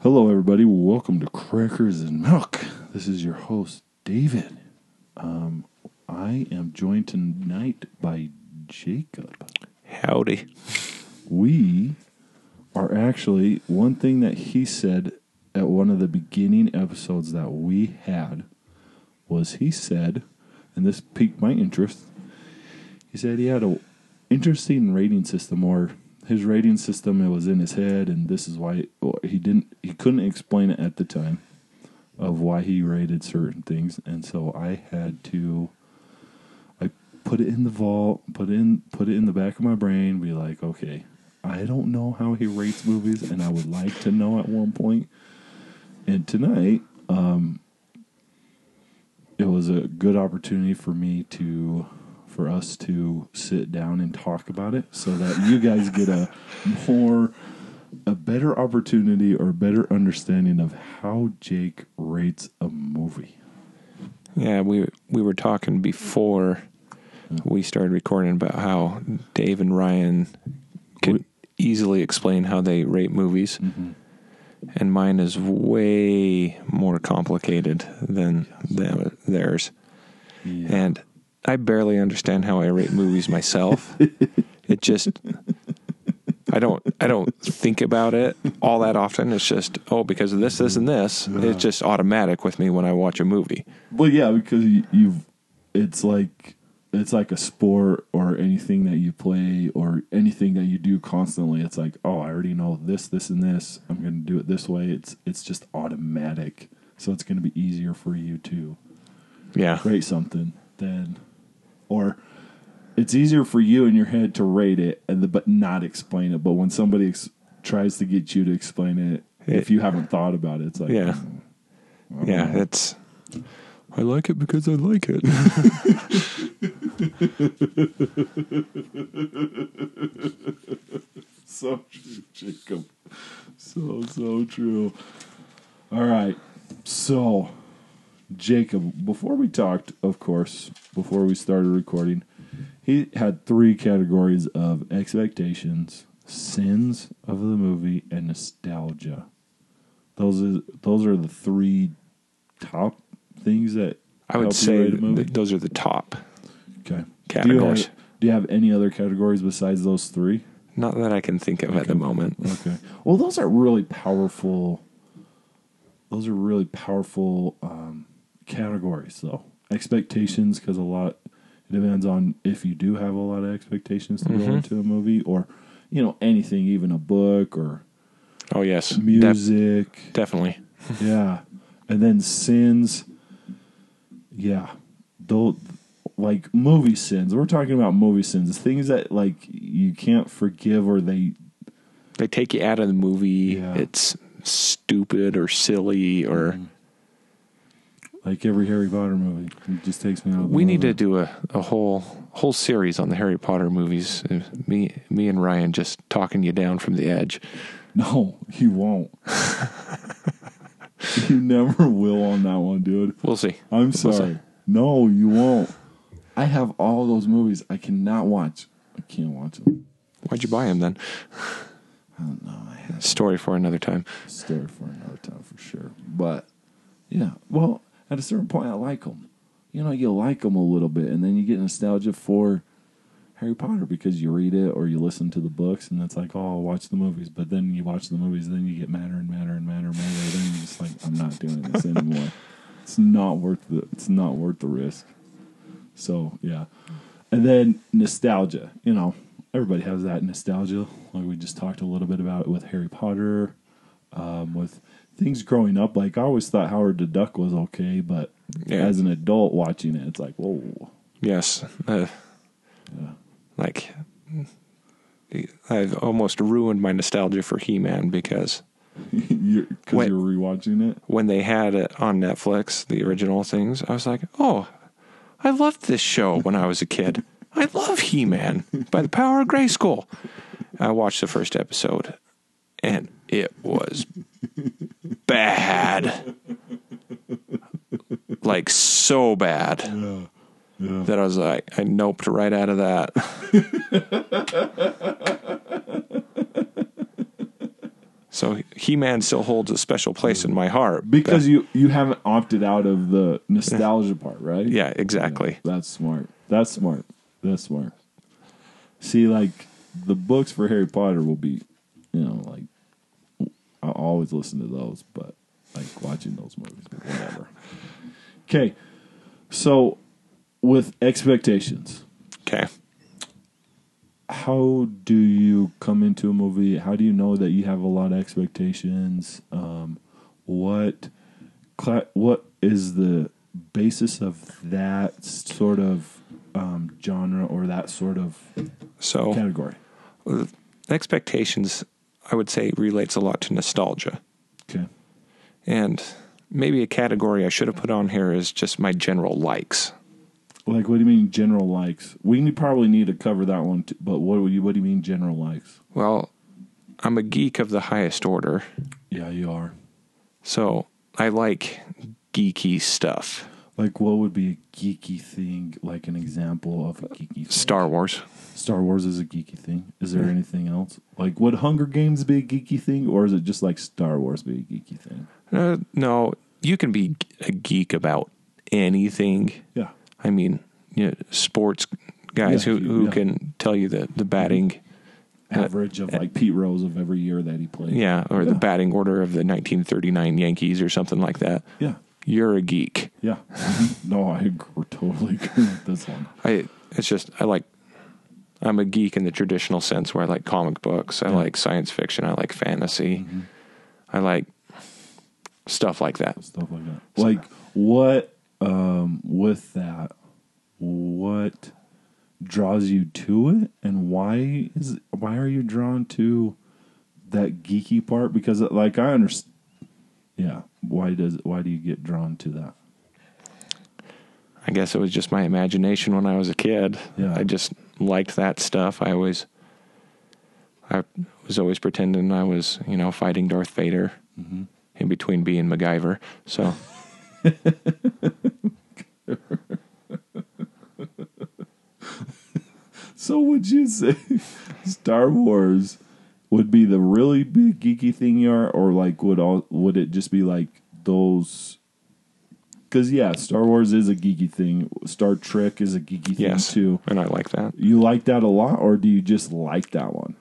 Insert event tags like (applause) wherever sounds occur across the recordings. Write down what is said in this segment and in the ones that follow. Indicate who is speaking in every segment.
Speaker 1: Hello, everybody. Welcome to Crackers and Milk. This is your host, David. Um, I am joined tonight by Jacob.
Speaker 2: Howdy.
Speaker 1: We are actually one thing that he said at one of the beginning episodes that we had was he said, and this piqued my interest. He said he had a interesting rating system, or his rating system it was in his head, and this is why or he didn't he couldn't explain it at the time of why he rated certain things, and so I had to. I put it in the vault, put it in put it in the back of my brain, be like, okay, I don't know how he rates movies and I would like to know at one point. And tonight, um it was a good opportunity for me to for us to sit down and talk about it so that you guys get a more a better opportunity or better understanding of how Jake rates a movie.
Speaker 2: Yeah, we we were talking before we started recording about how Dave and Ryan could
Speaker 1: We-
Speaker 2: easily explain how they rate movies, and mine is way more complicated than them, theirs.
Speaker 1: Yeah.
Speaker 2: And I barely understand how I rate movies myself. it just I don't I don't think about it all that often. It's just oh because of this this and this. It's just automatic with me when I watch a movie.
Speaker 1: Well, yeah, because you, you've it's like it's like a sport or anything that you play or anything that you do constantly. It's like, oh, I already know this, this, and this. I'm going to do it this way. It's it's just automatic, so it's going to be easier for you to
Speaker 2: Yeah.
Speaker 1: rate something than, or it's easier for you in your head to rate it and the, but not explain it. But when somebody ex- tries to get you to explain it, if you haven't thought about it, it's like,
Speaker 2: Yeah. Yeah, it's. I like it because I like it.
Speaker 1: so true, Jacob. So so true. All right. So, Jacob, before we talked, of course, before we started recording, he had three categories of expectations, sins of the movie, and nostalgia. Those is those are the three top things that
Speaker 2: I would
Speaker 1: help you
Speaker 2: say
Speaker 1: rate a movie.
Speaker 2: th- those are the top.
Speaker 1: okay. Do you,
Speaker 2: categories.
Speaker 1: have, do you have any other categories besides those three?
Speaker 2: Not that I can think of at the moment.
Speaker 1: Okay. Well, those are really powerful. Those are really powerful um, categories, though. Expectations, because a lot it depends on if you do have a lot of expectations to go into a movie, or you know anything, even a book or
Speaker 2: Oh yes, Def-
Speaker 1: music.
Speaker 2: definitely.
Speaker 1: yeah, and then sins. Yeah, though, like movie sins. We're talking about movie sins, things that like you can't forgive or they
Speaker 2: They take you out of the movie.
Speaker 1: Yeah.
Speaker 2: It's stupid or silly or.
Speaker 1: Mm-hmm. Like every Harry Potter movie, it just takes me out. Of the
Speaker 2: We need to
Speaker 1: movie.
Speaker 2: do a, a whole whole series on the Harry Potter movies. Uh, Me me and Ryan just talking you down from the edge.
Speaker 1: No, (laughs) you
Speaker 2: (laughs)
Speaker 1: won't. you never will on that one, dude.
Speaker 2: We'll see.
Speaker 1: I'm
Speaker 2: What's
Speaker 1: sorry. No, you won't. I have all those movies I cannot watch. I can't watch them.
Speaker 2: Why'd you buy him then?
Speaker 1: I don't know. I have
Speaker 2: Story for another time.
Speaker 1: a story for another time for sure. But yeah, well, at a certain point, I like them. You know, you like them a little bit, and then you get nostalgia for Harry Potter because you read it or you listen to the books, and it's like, oh, I'll watch the movies. But then you watch the movies, then you get madder and madder and madder and madder. Then you're just like, I'm not doing this
Speaker 2: (laughs)
Speaker 1: anymore. it's not worth the. It's not worth the risk. So yeah, and then nostalgia. You know, everybody has that nostalgia. Like we just talked a little bit about it with Harry Potter, um, with things growing up. Like I always thought Howard the Duck was okay, but
Speaker 2: Yeah.
Speaker 1: as an adult watching it, it's like whoa. (laughs)
Speaker 2: Yes. Uh, Like, I've almost ruined my nostalgia for He Man because
Speaker 1: you're because
Speaker 2: Wait.
Speaker 1: you're rewatching it.
Speaker 2: when they had it on Netflix, the original things, I was like, oh, I loved this show when I was a kid. I love He Man by the power of Grayskull. I watched the first episode and it was bad. Like, so bad that I was like, I noped right out of that. So He Man still holds a special place in my heart
Speaker 1: Because you you haven't opted out of the nostalgia part, right?
Speaker 2: But- yeah, exactly.
Speaker 1: That's smart. That's smart. That's smart. See, like the books for Harry Potter will be, you know, like I always listen to those, but like watching those movies, but whatever. Okay, so with expectations,
Speaker 2: Okay.
Speaker 1: how do you come into a movie? How do you know that you have a lot of expectations? Um, what cla- what is the basis of that sort of um, genre or that sort of
Speaker 2: So
Speaker 1: category?
Speaker 2: expectations, I would say, relates a lot to nostalgia.
Speaker 1: Okay,
Speaker 2: And maybe a category I should have put on here is just my general likes.
Speaker 1: like what do you mean general likes? We need, probably need to cover that one, too, but what do you what do you mean general likes?
Speaker 2: Well, I'm a geek of the highest order,
Speaker 1: Yeah, you are.
Speaker 2: so I like geeky stuff.
Speaker 1: Like, what would be a geeky thing? Like an example of a geeky thing?
Speaker 2: Star Wars.
Speaker 1: Star Wars is a geeky thing. Is there anything else? Like, would Hunger Games be a geeky thing, or is it just like Star Wars be a geeky thing?
Speaker 2: Uh, no, you can be a geek about anything.
Speaker 1: Yeah.
Speaker 2: I mean, you know, sports guys
Speaker 1: Yeah,
Speaker 2: who, who
Speaker 1: yeah.
Speaker 2: can tell you the, the batting,
Speaker 1: Average of like Pete Rose of every year that he played.
Speaker 2: yeah, or the
Speaker 1: Yeah.
Speaker 2: batting order of the 1939 Yankees or something like that.
Speaker 1: Yeah.
Speaker 2: You're a geek.
Speaker 1: Yeah. (laughs) no, I agree, totally agree with this one.
Speaker 2: I it's just I like I'm a geek in the traditional sense where I like comic books, I
Speaker 1: Yeah. Mm-hmm.
Speaker 2: like science fiction, I like fantasy, I like stuff like that.
Speaker 1: Stuff like that. like, what, um, with that, what draws you to it, and why is why are you drawn to that geeky part? Because, like, I understand. Yeah. Why does why do you get drawn to that?
Speaker 2: I guess it was just my imagination when I was a kid.
Speaker 1: Yeah.
Speaker 2: I just liked that stuff. I always I was always pretending I was, you know, fighting Darth Vader
Speaker 1: Mm-hmm.
Speaker 2: in between being MacGyver.
Speaker 1: (laughs)
Speaker 2: So
Speaker 1: So would you say (laughs) Star Wars would be the really big geeky thing you are, or like would all would it just be like those? Because yeah, Star Wars is a geeky thing. Star Trek is a geeky
Speaker 2: yes.
Speaker 1: thing too.
Speaker 2: And I like that.
Speaker 1: You like that a lot, or do you just like that one?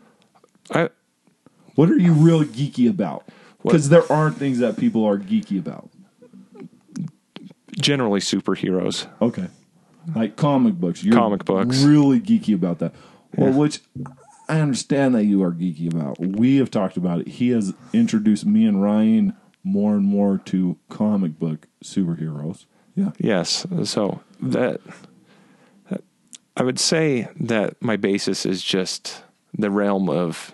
Speaker 2: I
Speaker 1: What are you real geeky about? Because there are things that people are geeky about.
Speaker 2: generally superheroes.
Speaker 1: Okay. Like comic books. You're
Speaker 2: Comic books.
Speaker 1: Really geeky about that. Well, which I understand that you are geeky about. We have talked about it. He has introduced me and Ryan more and more to comic book superheroes. Yeah.
Speaker 2: Yes. So that I would say that my basis is just the realm of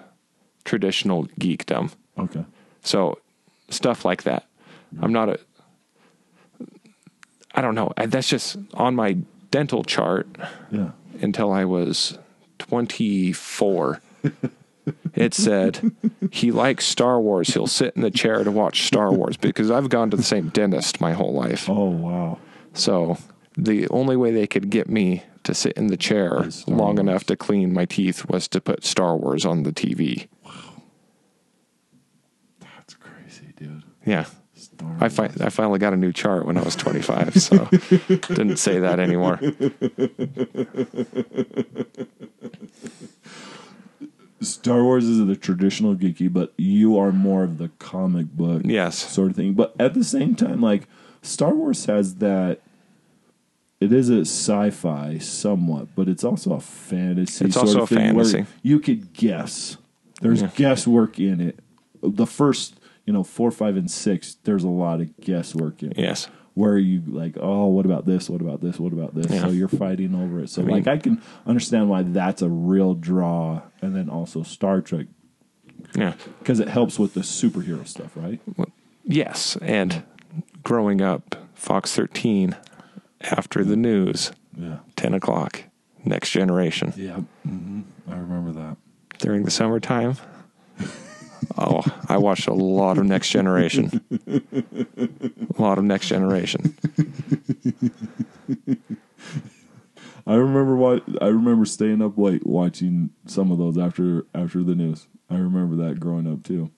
Speaker 2: traditional geekdom.
Speaker 1: Okay.
Speaker 2: So stuff like that. I'm not a I don't know. I- That's just on my dental chart
Speaker 1: Yeah.
Speaker 2: until I was 24. It said he likes Star Wars. He'll sit in the chair to watch Star Wars because I've gone to the same dentist my whole life.
Speaker 1: Oh wow.
Speaker 2: So the only way they could get me to sit in the chair
Speaker 1: Is Star
Speaker 2: long
Speaker 1: Wars.
Speaker 2: enough to clean my teeth was to put Star Wars on the TV.
Speaker 1: That's crazy, dude.
Speaker 2: Yeah.
Speaker 1: Star
Speaker 2: I, fi- I finally got a new chart when I was 25,
Speaker 1: (laughs)
Speaker 2: so didn't say that anymore.
Speaker 1: Star Wars is the traditional geeky, but you are more of the comic book
Speaker 2: Yes.
Speaker 1: sort of thing. But at the same time, like Star Wars has that. It is a sci-fi somewhat, but it's also a fantasy.
Speaker 2: It's
Speaker 1: sort
Speaker 2: also
Speaker 1: of
Speaker 2: a
Speaker 1: thing where
Speaker 2: fantasy.
Speaker 1: You could guess. There's guesswork in it. The first, you know, four, five, and six. There's a lot of guesswork in it.
Speaker 2: Yes.
Speaker 1: Where you like, oh, what about this? What about this? What about this?
Speaker 2: Yeah.
Speaker 1: So you're fighting over it. So
Speaker 2: mean-
Speaker 1: like, I can understand why that's a real draw, and then also Star Trek
Speaker 2: Yeah.
Speaker 1: because it helps with the superhero stuff, right?
Speaker 2: Yes. And growing up, Fox 13, after the news,
Speaker 1: Yeah.
Speaker 2: 10 o'clock, next generation.
Speaker 1: Yeah, hmm I remember that.
Speaker 2: during the summertime. Oh, I watched a lot of Next Generation. A lot of Next Generation.
Speaker 1: I remember what I remember staying up late watching some of those after after the news. I remember that growing up too.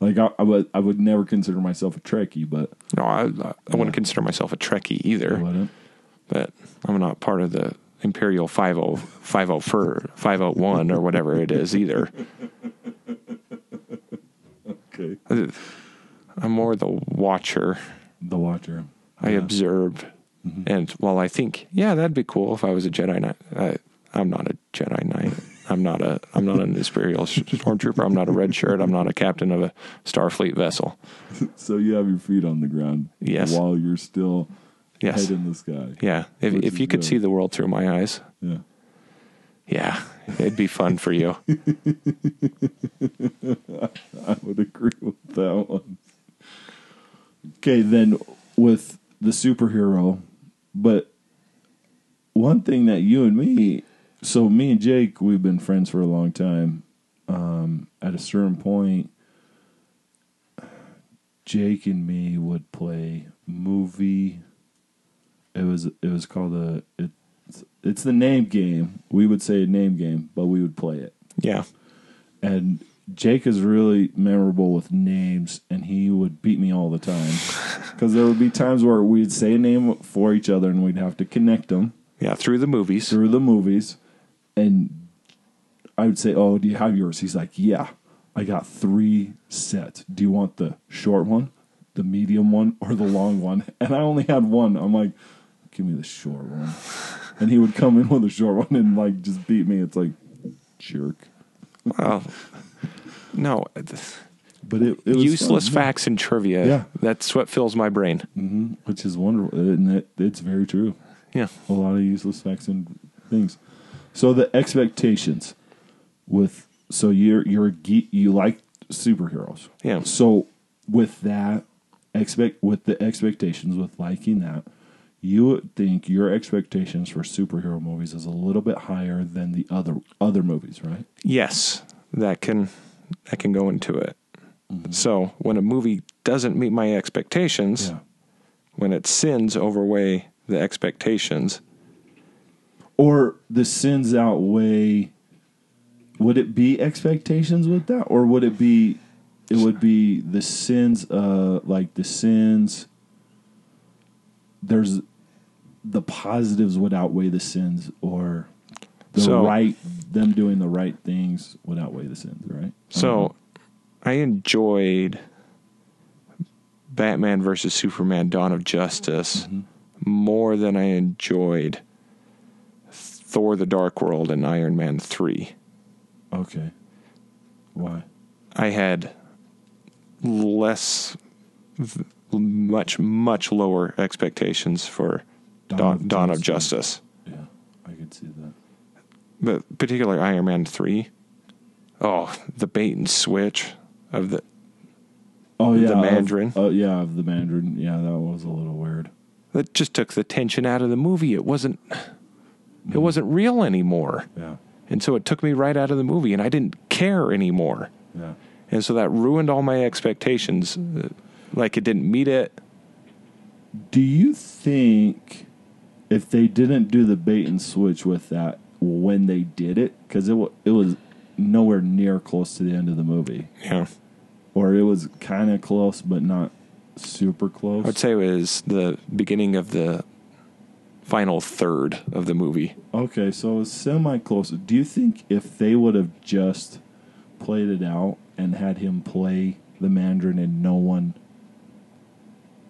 Speaker 1: Like I, I would, I would never consider myself a Trekkie, but
Speaker 2: No, I, I wouldn't consider myself a Trekkie either.
Speaker 1: I wouldn't.
Speaker 2: but I'm not part of the Imperial oh, 50, 504, 501 or whatever it is either.
Speaker 1: Okay.
Speaker 2: I'm more the watcher.
Speaker 1: The Watcher.
Speaker 2: I observe.
Speaker 1: Mm-hmm.
Speaker 2: And while I think, yeah, that'd be cool if I was a Jedi Knight, I, I'm not a Jedi Knight. I'm not a. I'm not an Imperial sh- stormtrooper. I'm not a red shirt. I'm not a captain of a Starfleet vessel.
Speaker 1: So you have your feet on the ground.
Speaker 2: Yes.
Speaker 1: While you're still
Speaker 2: Yes.
Speaker 1: head in the sky.
Speaker 2: Yeah. If,
Speaker 1: Which
Speaker 2: if
Speaker 1: is
Speaker 2: you could
Speaker 1: good.
Speaker 2: see the world through my eyes,
Speaker 1: Yeah.
Speaker 2: yeah, it'd be fun
Speaker 1: (laughs)
Speaker 2: for you.
Speaker 1: I would agree with that one. Okay, then with the superhero, but one thing that you and me, so me and Jake, we've been friends for a long time. Um, at a certain point, Jake and me would play movie. It was it was called a it's it's the name game. We would say a name game, but we would play it
Speaker 2: Yeah.
Speaker 1: and Jake is really memorable with names, and he would beat me all the time because there would be times where we'd say a name for each other, and we'd have to connect them
Speaker 2: Yeah. Through the movies.
Speaker 1: through the movies. And I would say, "Oh, do you have yours?" He's like, "Yeah, I got three sets. Do you want the short one, the medium one, or the long one?" (laughs) And I only had one. I'm like, "Give me the short one." And he would come in with a short one and like just beat me. It's like jerk.
Speaker 2: Well, no, th-
Speaker 1: But it, it was
Speaker 2: useless
Speaker 1: fun.
Speaker 2: facts and trivia.
Speaker 1: Yeah.
Speaker 2: That's what fills my brain.
Speaker 1: hmm which is wonderful, and it, it's very true.
Speaker 2: Yeah.
Speaker 1: A lot of useless facts and things. So the expectations with so you're you're a geek, you like superheroes.
Speaker 2: Yeah.
Speaker 1: So with that expect with the expectations with liking that, you would think your expectations for superhero movies is a little bit higher than the other other movies, right?
Speaker 2: Yes, that can that can go into it. So when a movie doesn't meet my expectations, when it sins overweigh the expectations,
Speaker 1: Or the sins outweigh would it be expectations with that or would it be it would be the sins uh like the sins there's the positives would outweigh the sins or the
Speaker 2: So-
Speaker 1: right them doing the right things would outweigh the sins right
Speaker 2: So I enjoyed Batman versus Superman Dawn of Justice more than I enjoyed Thor the Dark World and Iron Man 3.
Speaker 1: Oh, okay why
Speaker 2: I had less, v- much, much lower expectations for
Speaker 1: Dawn
Speaker 2: Dawn,
Speaker 1: of
Speaker 2: Dawn, of
Speaker 1: Justice.
Speaker 2: Justice.
Speaker 1: yeah i could see that
Speaker 2: But particularly Iron Man 3. Oh, the bait and switch of the
Speaker 1: oh
Speaker 2: The
Speaker 1: yeah of-
Speaker 2: Mandarin.
Speaker 1: oh yeah of the mandarin yeah that was a little weird
Speaker 2: that just took the tension out of the movie. It wasn't it wasn't real anymore.
Speaker 1: yeah
Speaker 2: And so it took me right out of the movie and I didn't care anymore.
Speaker 1: yeah
Speaker 2: And so that ruined all my expectations. Uh, Like it didn't meet it.
Speaker 1: Do you think if they didn't do the bait and switch with that when they did it, because it wa it was nowhere near close to the end of the movie,
Speaker 2: Yeah.
Speaker 1: or it was kind of close but not super
Speaker 2: I would
Speaker 1: close?
Speaker 2: say it was the beginning of the final third of the movie.
Speaker 1: Okay, so it was semi close. Do you think if they would have just played it out and had him play the Mandarin and no one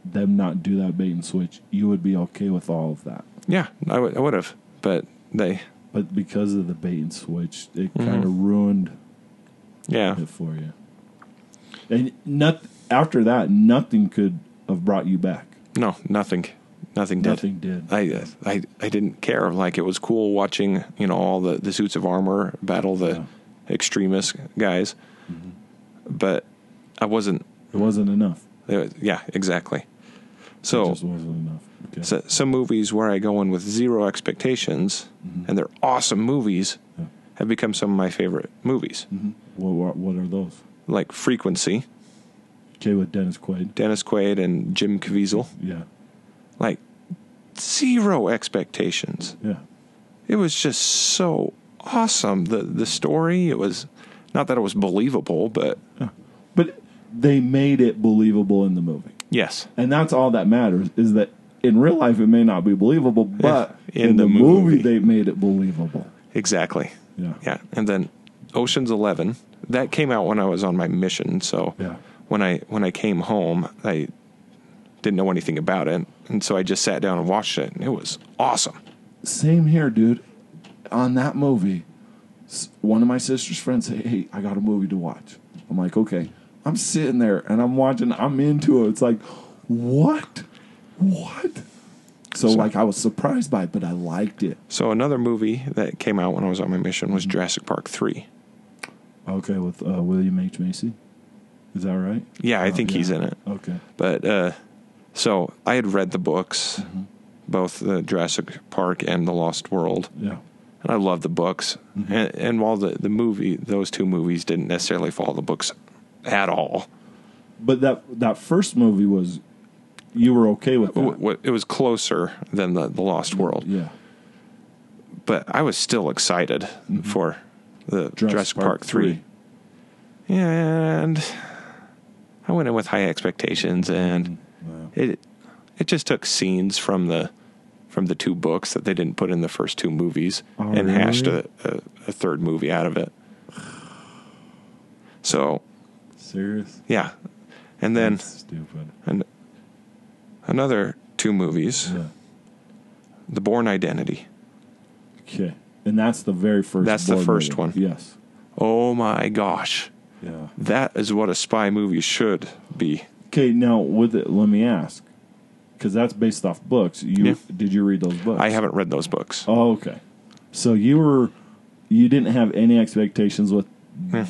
Speaker 1: them not do that bait and switch, you would be okay with all of that?
Speaker 2: Yeah, I would have, but they
Speaker 1: But because of the bait and switch, it kind of ruined
Speaker 2: yeah.
Speaker 1: it for you. And not after that, nothing could have brought you back.
Speaker 2: No, nothing. Nothing did.
Speaker 1: Nothing did.
Speaker 2: I I I didn't care. Like it was cool watching, you know, all the the suits of armor battle the
Speaker 1: Yeah. Mm-hmm.
Speaker 2: extremist guys, but I wasn't.
Speaker 1: It wasn't enough.
Speaker 2: It was, yeah, exactly.
Speaker 1: it
Speaker 2: So,
Speaker 1: just wasn't enough. Okay.
Speaker 2: so some movies where I go in with zero expectations, and they're awesome movies,
Speaker 1: Mm-hmm. Yeah.
Speaker 2: have become some of my favorite movies,
Speaker 1: Mm-hmm. what, what what are those?
Speaker 2: like Frequency,
Speaker 1: Okay, with Dennis Quaid.
Speaker 2: Dennis Quaid and Jim Caviezel.
Speaker 1: Yeah,
Speaker 2: Like zero expectations.
Speaker 1: yeah,
Speaker 2: it was just so awesome. The the story, it was not that it was believable, but
Speaker 1: but they made it believable in the movie.
Speaker 2: Yes.
Speaker 1: And that's all that matters is that in real life it may not be believable, but
Speaker 2: in
Speaker 1: in, the,
Speaker 2: the
Speaker 1: movie,
Speaker 2: movie.
Speaker 1: they made it believable.
Speaker 2: Exactly.
Speaker 1: Yeah.
Speaker 2: Yeah. And then Ocean's Eleven that came out when I was on my mission. So
Speaker 1: Yeah.
Speaker 2: when I when I came home, I didn't know anything about it, and so I just sat down and watched it, and it was awesome.
Speaker 1: Same here, dude. On that movie, s- one of my sister's friends said, "Hey, I got a movie to watch." I'm like, "Okay." I'm sitting there and I'm watching. I'm into it. It's like, what, what? So, like, I was surprised by it, but I liked it.
Speaker 2: So another movie that came out when I was on my mission was Jurassic Park three.
Speaker 1: Okay, with uh, William H Macy, is that right?
Speaker 2: Yeah, I
Speaker 1: Oh,
Speaker 2: think
Speaker 1: yeah.
Speaker 2: he's in it.
Speaker 1: Okay.
Speaker 2: But uh, so I had read the books,
Speaker 1: Mm-hmm.
Speaker 2: both the Jurassic Park and the Lost World,
Speaker 1: Yeah.
Speaker 2: and I love the books.
Speaker 1: Mm-hmm.
Speaker 2: And, and while the the movie, those two movies didn't necessarily follow the books at all.
Speaker 1: But that that first movie was, you were okay with that.
Speaker 2: W- w- It was closer than the, the Lost World,
Speaker 1: Mm-hmm. yeah.
Speaker 2: but I was still excited
Speaker 1: Mm-hmm.
Speaker 2: for the Jurassic, Park, 3. And I went in with high expectations,
Speaker 1: Mm-hmm.
Speaker 2: and
Speaker 1: Wow.
Speaker 2: it it just took scenes from the from the two books that they didn't put in the first two movies
Speaker 1: Oh,
Speaker 2: and hashed
Speaker 1: really?
Speaker 2: a, a, a third movie out of it. So
Speaker 1: Serious.
Speaker 2: yeah, and then
Speaker 1: That's stupid.
Speaker 2: an, another two movies,
Speaker 1: Yeah.
Speaker 2: The Born Identity.
Speaker 1: Okay. And that's the very first.
Speaker 2: That's the
Speaker 1: Bourne
Speaker 2: first
Speaker 1: movie.
Speaker 2: one.
Speaker 1: Yes.
Speaker 2: Oh my gosh,
Speaker 1: Yeah.
Speaker 2: that is what a spy movie should be.
Speaker 1: Okay. Now, with it, let me ask, because that's based off books. You
Speaker 2: Yeah.
Speaker 1: did you read those books?
Speaker 2: I haven't read those books.
Speaker 1: Oh, okay. So you were, you didn't have any expectations with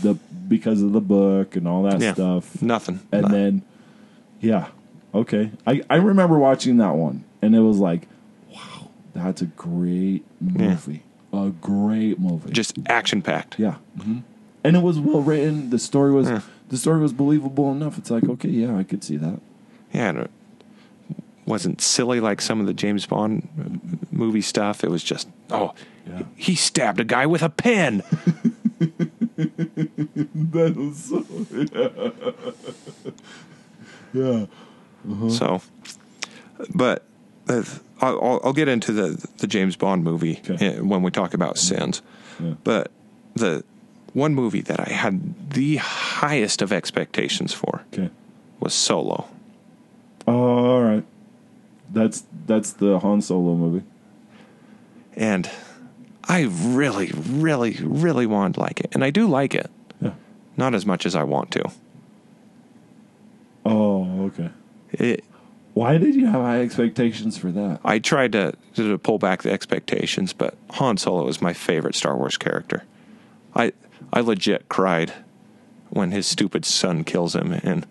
Speaker 1: the because of the book and all that
Speaker 2: Hmm. Yeah.
Speaker 1: stuff.
Speaker 2: Nothing.
Speaker 1: and
Speaker 2: No.
Speaker 1: then yeah okay I, I remember watching that one and it was like wow that's a great movie a great movie
Speaker 2: just action packed.
Speaker 1: yeah
Speaker 2: Mm-hmm.
Speaker 1: hmm and it was well written the story was the story was believable enough it's like okay yeah i could see that
Speaker 2: Yeah, and it wasn't silly like some of the James Bond uh, movie stuff. It was just oh,
Speaker 1: Yeah.
Speaker 2: he stabbed a guy with a pen.
Speaker 1: that was so
Speaker 2: (laughs)
Speaker 1: yeah Mm-hmm.
Speaker 2: So, but uh, I'll, I'll- I'll get into the the James Bond movie
Speaker 1: Okay. Mm-hmm.
Speaker 2: uh, when we talk about sins.
Speaker 1: Yeah.
Speaker 2: But the one movie that I had the highest of expectations for
Speaker 1: okay
Speaker 2: was Solo.
Speaker 1: all right that's that's the han solo movie
Speaker 2: and I really, really, really want to like it, and I do like it,
Speaker 1: yeah
Speaker 2: not as much as I want to.
Speaker 1: oh okay
Speaker 2: It,
Speaker 1: why did you have high expectations for that
Speaker 2: I tried to, to to pull back the expectations, but Han Solo is my favorite Star Wars character. I I legit cried when his stupid son kills him in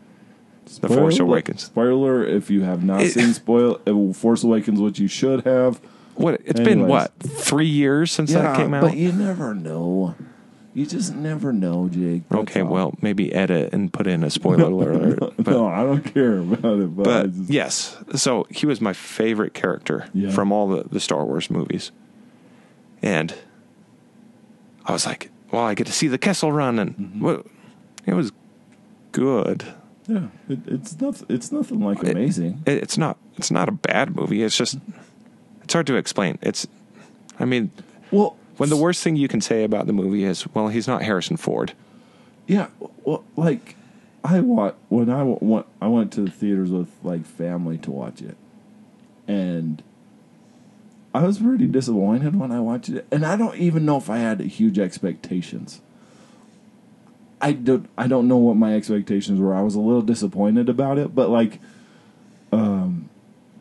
Speaker 2: The Force
Speaker 1: Spoiler-
Speaker 2: Awakens.
Speaker 1: Spoiler: If you have not
Speaker 2: It-
Speaker 1: seen spoil uh, Force Awakens, which you should have.
Speaker 2: What it's been
Speaker 1: Anyways.
Speaker 2: what three years since that came out?
Speaker 1: but you never know. You just never know, Jake. That's
Speaker 2: okay,
Speaker 1: all.
Speaker 2: well maybe edit and put in a spoiler
Speaker 1: (laughs)
Speaker 2: alert. but
Speaker 1: no, I don't care about it. But, I
Speaker 2: But
Speaker 1: just-
Speaker 2: yes, so he was my favorite character
Speaker 1: Yeah.
Speaker 2: from all the, the Star Wars movies. And I was like, well, I get to see the Kessel Run, and
Speaker 1: Mm-hmm.
Speaker 2: what, it was good.
Speaker 1: yeah, it, it's not. It's nothing like
Speaker 2: It-
Speaker 1: amazing.
Speaker 2: It, it's not it's not a bad movie. It's just it's hard to explain. It's I mean,
Speaker 1: well,
Speaker 2: when the worst thing you can say about the movie is, well, he's not Harrison Ford.
Speaker 1: Yeah, well, like I wa when I wa- wa- I went to the theaters with like family to watch it, and I was pretty disappointed when I watched it, and I don't even know if I had huge expectations. I don't I don't know what my expectations were. I was a little disappointed about it, but like, um,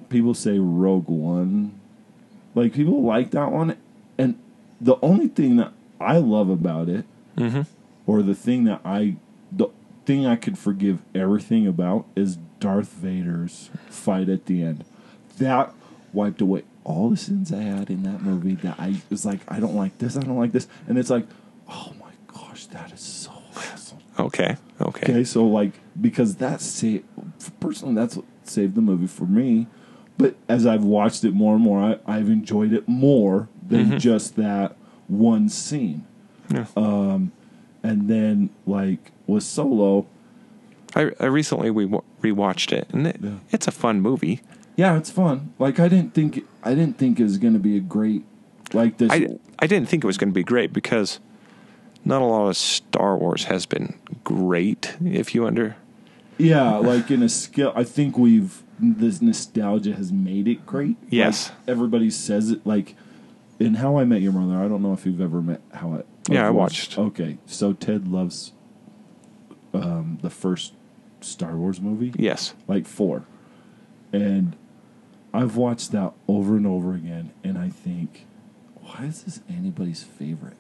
Speaker 1: people say Rogue One, like people like that one, and the only thing that I love about it or the thing that I the thing I could forgive everything about is Darth Vader's fight at the end. That wiped away all the sins I had in that movie that I was like, I don't like this, I don't like this. And it's like, oh my gosh, that is so awesome.
Speaker 2: Okay, okay,
Speaker 1: Okay, so like because that saved personally that's what saved the movie for me. But as I've watched it more and more, I, I've enjoyed it more than just that one scene.
Speaker 2: Mm-hmm. Yeah.
Speaker 1: Um, and then like with Solo,
Speaker 2: I, I recently we wa- rewatched it, and it,
Speaker 1: Yeah.
Speaker 2: it's a fun movie.
Speaker 1: Yeah, it's fun. Like I didn't think I didn't think it was going to be a great like this.
Speaker 2: I I didn't think it was going to be great because not a lot of Star Wars has been great. If you under
Speaker 1: yeah, like in a skill. I think we've this nostalgia has made it great.
Speaker 2: Yes.
Speaker 1: Like, everybody says it. Like in How I Met Your Mother. I don't know if you've ever met How I.
Speaker 2: Yeah, I
Speaker 1: I've
Speaker 2: watched.
Speaker 1: Okay, so Ted loves um, the first Star Wars movie.
Speaker 2: yes,
Speaker 1: like four. And I've watched that over and over again, and I think, why is this anybody's favorite?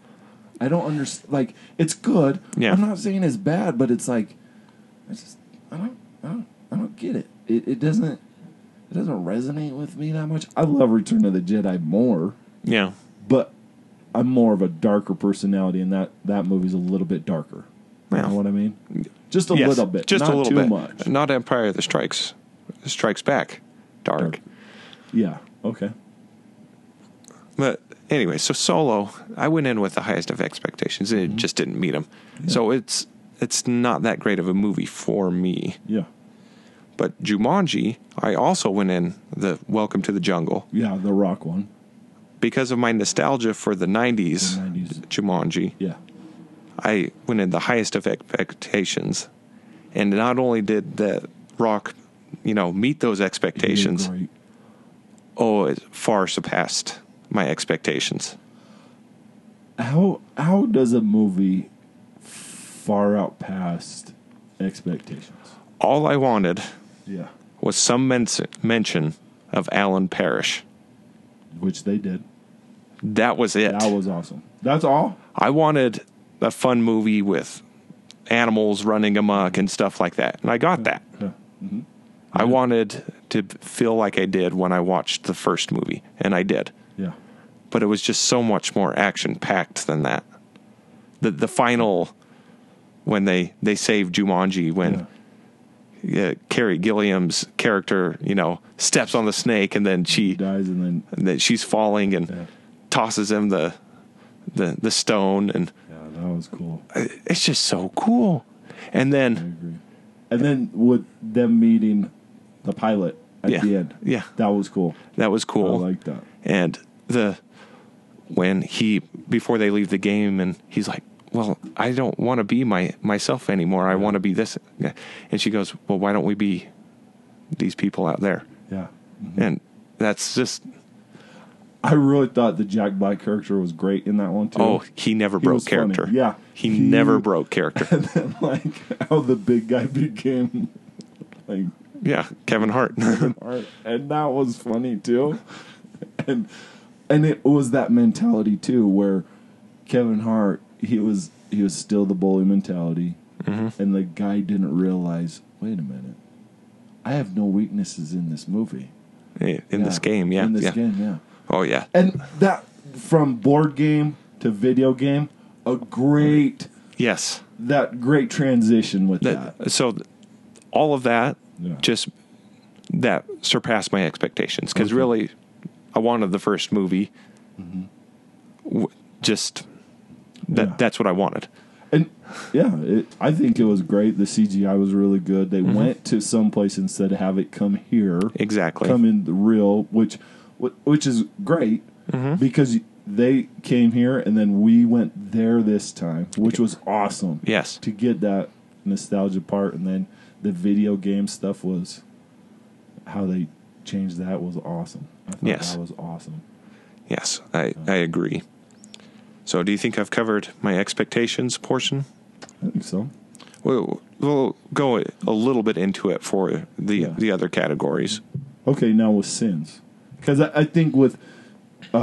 Speaker 1: I don't understand. Like, it's good.
Speaker 2: Yeah.
Speaker 1: I'm not saying it's bad, but it's like, I just, I don't, I don't, I don't get it. It, it doesn't, it doesn't resonate with me that much. I love Return of the Jedi more,
Speaker 2: yeah,
Speaker 1: but I'm more of a darker personality, and that that movie's a little bit darker. You
Speaker 2: Yeah.
Speaker 1: know what I mean? Just a
Speaker 2: Yes.
Speaker 1: little bit,
Speaker 2: just
Speaker 1: not
Speaker 2: a little
Speaker 1: too
Speaker 2: bit,
Speaker 1: much.
Speaker 2: not Empire of the Strikes Strikes Back, dark.
Speaker 1: Dark. Yeah. Okay.
Speaker 2: But anyway, so Solo, I went in with the highest of expectations, and it
Speaker 1: Mm-hmm.
Speaker 2: just didn't meet them. So it's it's not that great of a movie for me.
Speaker 1: Yeah.
Speaker 2: But Jumanji, I also went in the Welcome to the Jungle
Speaker 1: Yeah, the rock one.
Speaker 2: because of my nostalgia for the '90s,
Speaker 1: The 90s.
Speaker 2: Jumanji.
Speaker 1: Yeah.
Speaker 2: I went in the highest of expectations, and not only did the Rock, you know, meet those expectations,
Speaker 1: Great.
Speaker 2: oh, it far surpassed my expectations.
Speaker 1: How how does a movie far out past expectations?
Speaker 2: All I wanted
Speaker 1: Yeah.
Speaker 2: was some men- mention of Alan Parrish.
Speaker 1: Which they did.
Speaker 2: That was it.
Speaker 1: That was awesome. That's all?
Speaker 2: I wanted a fun movie with animals running amok and stuff like that, and I got that.
Speaker 1: Yeah.
Speaker 2: I wanted to feel like I did when I watched the first movie, and I did.
Speaker 1: Yeah.
Speaker 2: But it was just so much more action packed than that. The the final when they they save Jumanji when.
Speaker 1: Yeah.
Speaker 2: uh, Carrie Gilliam's character, you know, steps on the snake and then she
Speaker 1: Dies and then
Speaker 2: that she's falling and
Speaker 1: Yeah.
Speaker 2: tosses him the the the stone and uh,
Speaker 1: Yeah, that was cool.
Speaker 2: it's just so cool. And
Speaker 1: I
Speaker 2: then
Speaker 1: agree. And then with them meeting the pilot at
Speaker 2: Yeah.
Speaker 1: the end.
Speaker 2: Yeah.
Speaker 1: That was cool.
Speaker 2: that was cool.
Speaker 1: I like that.
Speaker 2: and the when he before they leave the game and he's like, "Well, I don't want to be my myself anymore. I want to be this." And she goes, "Well, why don't we be these people out there?"
Speaker 1: Yeah.
Speaker 2: And that's just
Speaker 1: I really thought the Jack Black character was great in that one too.
Speaker 2: Oh, he never
Speaker 1: He
Speaker 2: broke
Speaker 1: was funny.
Speaker 2: character.
Speaker 1: Yeah.
Speaker 2: He,
Speaker 1: He-
Speaker 2: never broke character.
Speaker 1: (laughs) and then like how the big guy became like
Speaker 2: yeah,
Speaker 1: (laughs)
Speaker 2: Kevin Hart.
Speaker 1: art, and that was funny too. And and it was that mentality too, where Kevin Hart he was he was still the bully mentality,
Speaker 2: Mm-hmm.
Speaker 1: and the guy didn't realize. Wait a minute, I have no weaknesses in this movie.
Speaker 2: in this
Speaker 1: Yeah,
Speaker 2: game, yeah.
Speaker 1: in this
Speaker 2: yeah.
Speaker 1: game, yeah.
Speaker 2: Oh yeah.
Speaker 1: And that from board game to video game, a great
Speaker 2: Yes.
Speaker 1: that great transition with that.
Speaker 2: That- So th- all of that
Speaker 1: Yeah.
Speaker 2: just that surpassed my expectations cuz really I wanted the first movie w- just that
Speaker 1: Mm-hmm. Yeah.
Speaker 2: that's what I wanted.
Speaker 1: And yeah, it, I think it was great. The CGI was really good. They went to some place and said, "Have it come here,
Speaker 2: Mm-hmm. Exactly.
Speaker 1: come in the real," which wh- which is great
Speaker 2: Mm-hmm.
Speaker 1: because they came here and then we went there this time, which was awesome.
Speaker 2: Yes.
Speaker 1: to get that nostalgia part, and then the video game stuff was how they changed that was awesome. I thought
Speaker 2: Yes.
Speaker 1: that was awesome.
Speaker 2: Yes. I I agree. So do you think I've covered my expectations portion?
Speaker 1: I think so.
Speaker 2: We'll, we'll go a little bit into it for the
Speaker 1: Yeah.
Speaker 2: the other categories.
Speaker 1: Okay, now with sins, because I, I think with um,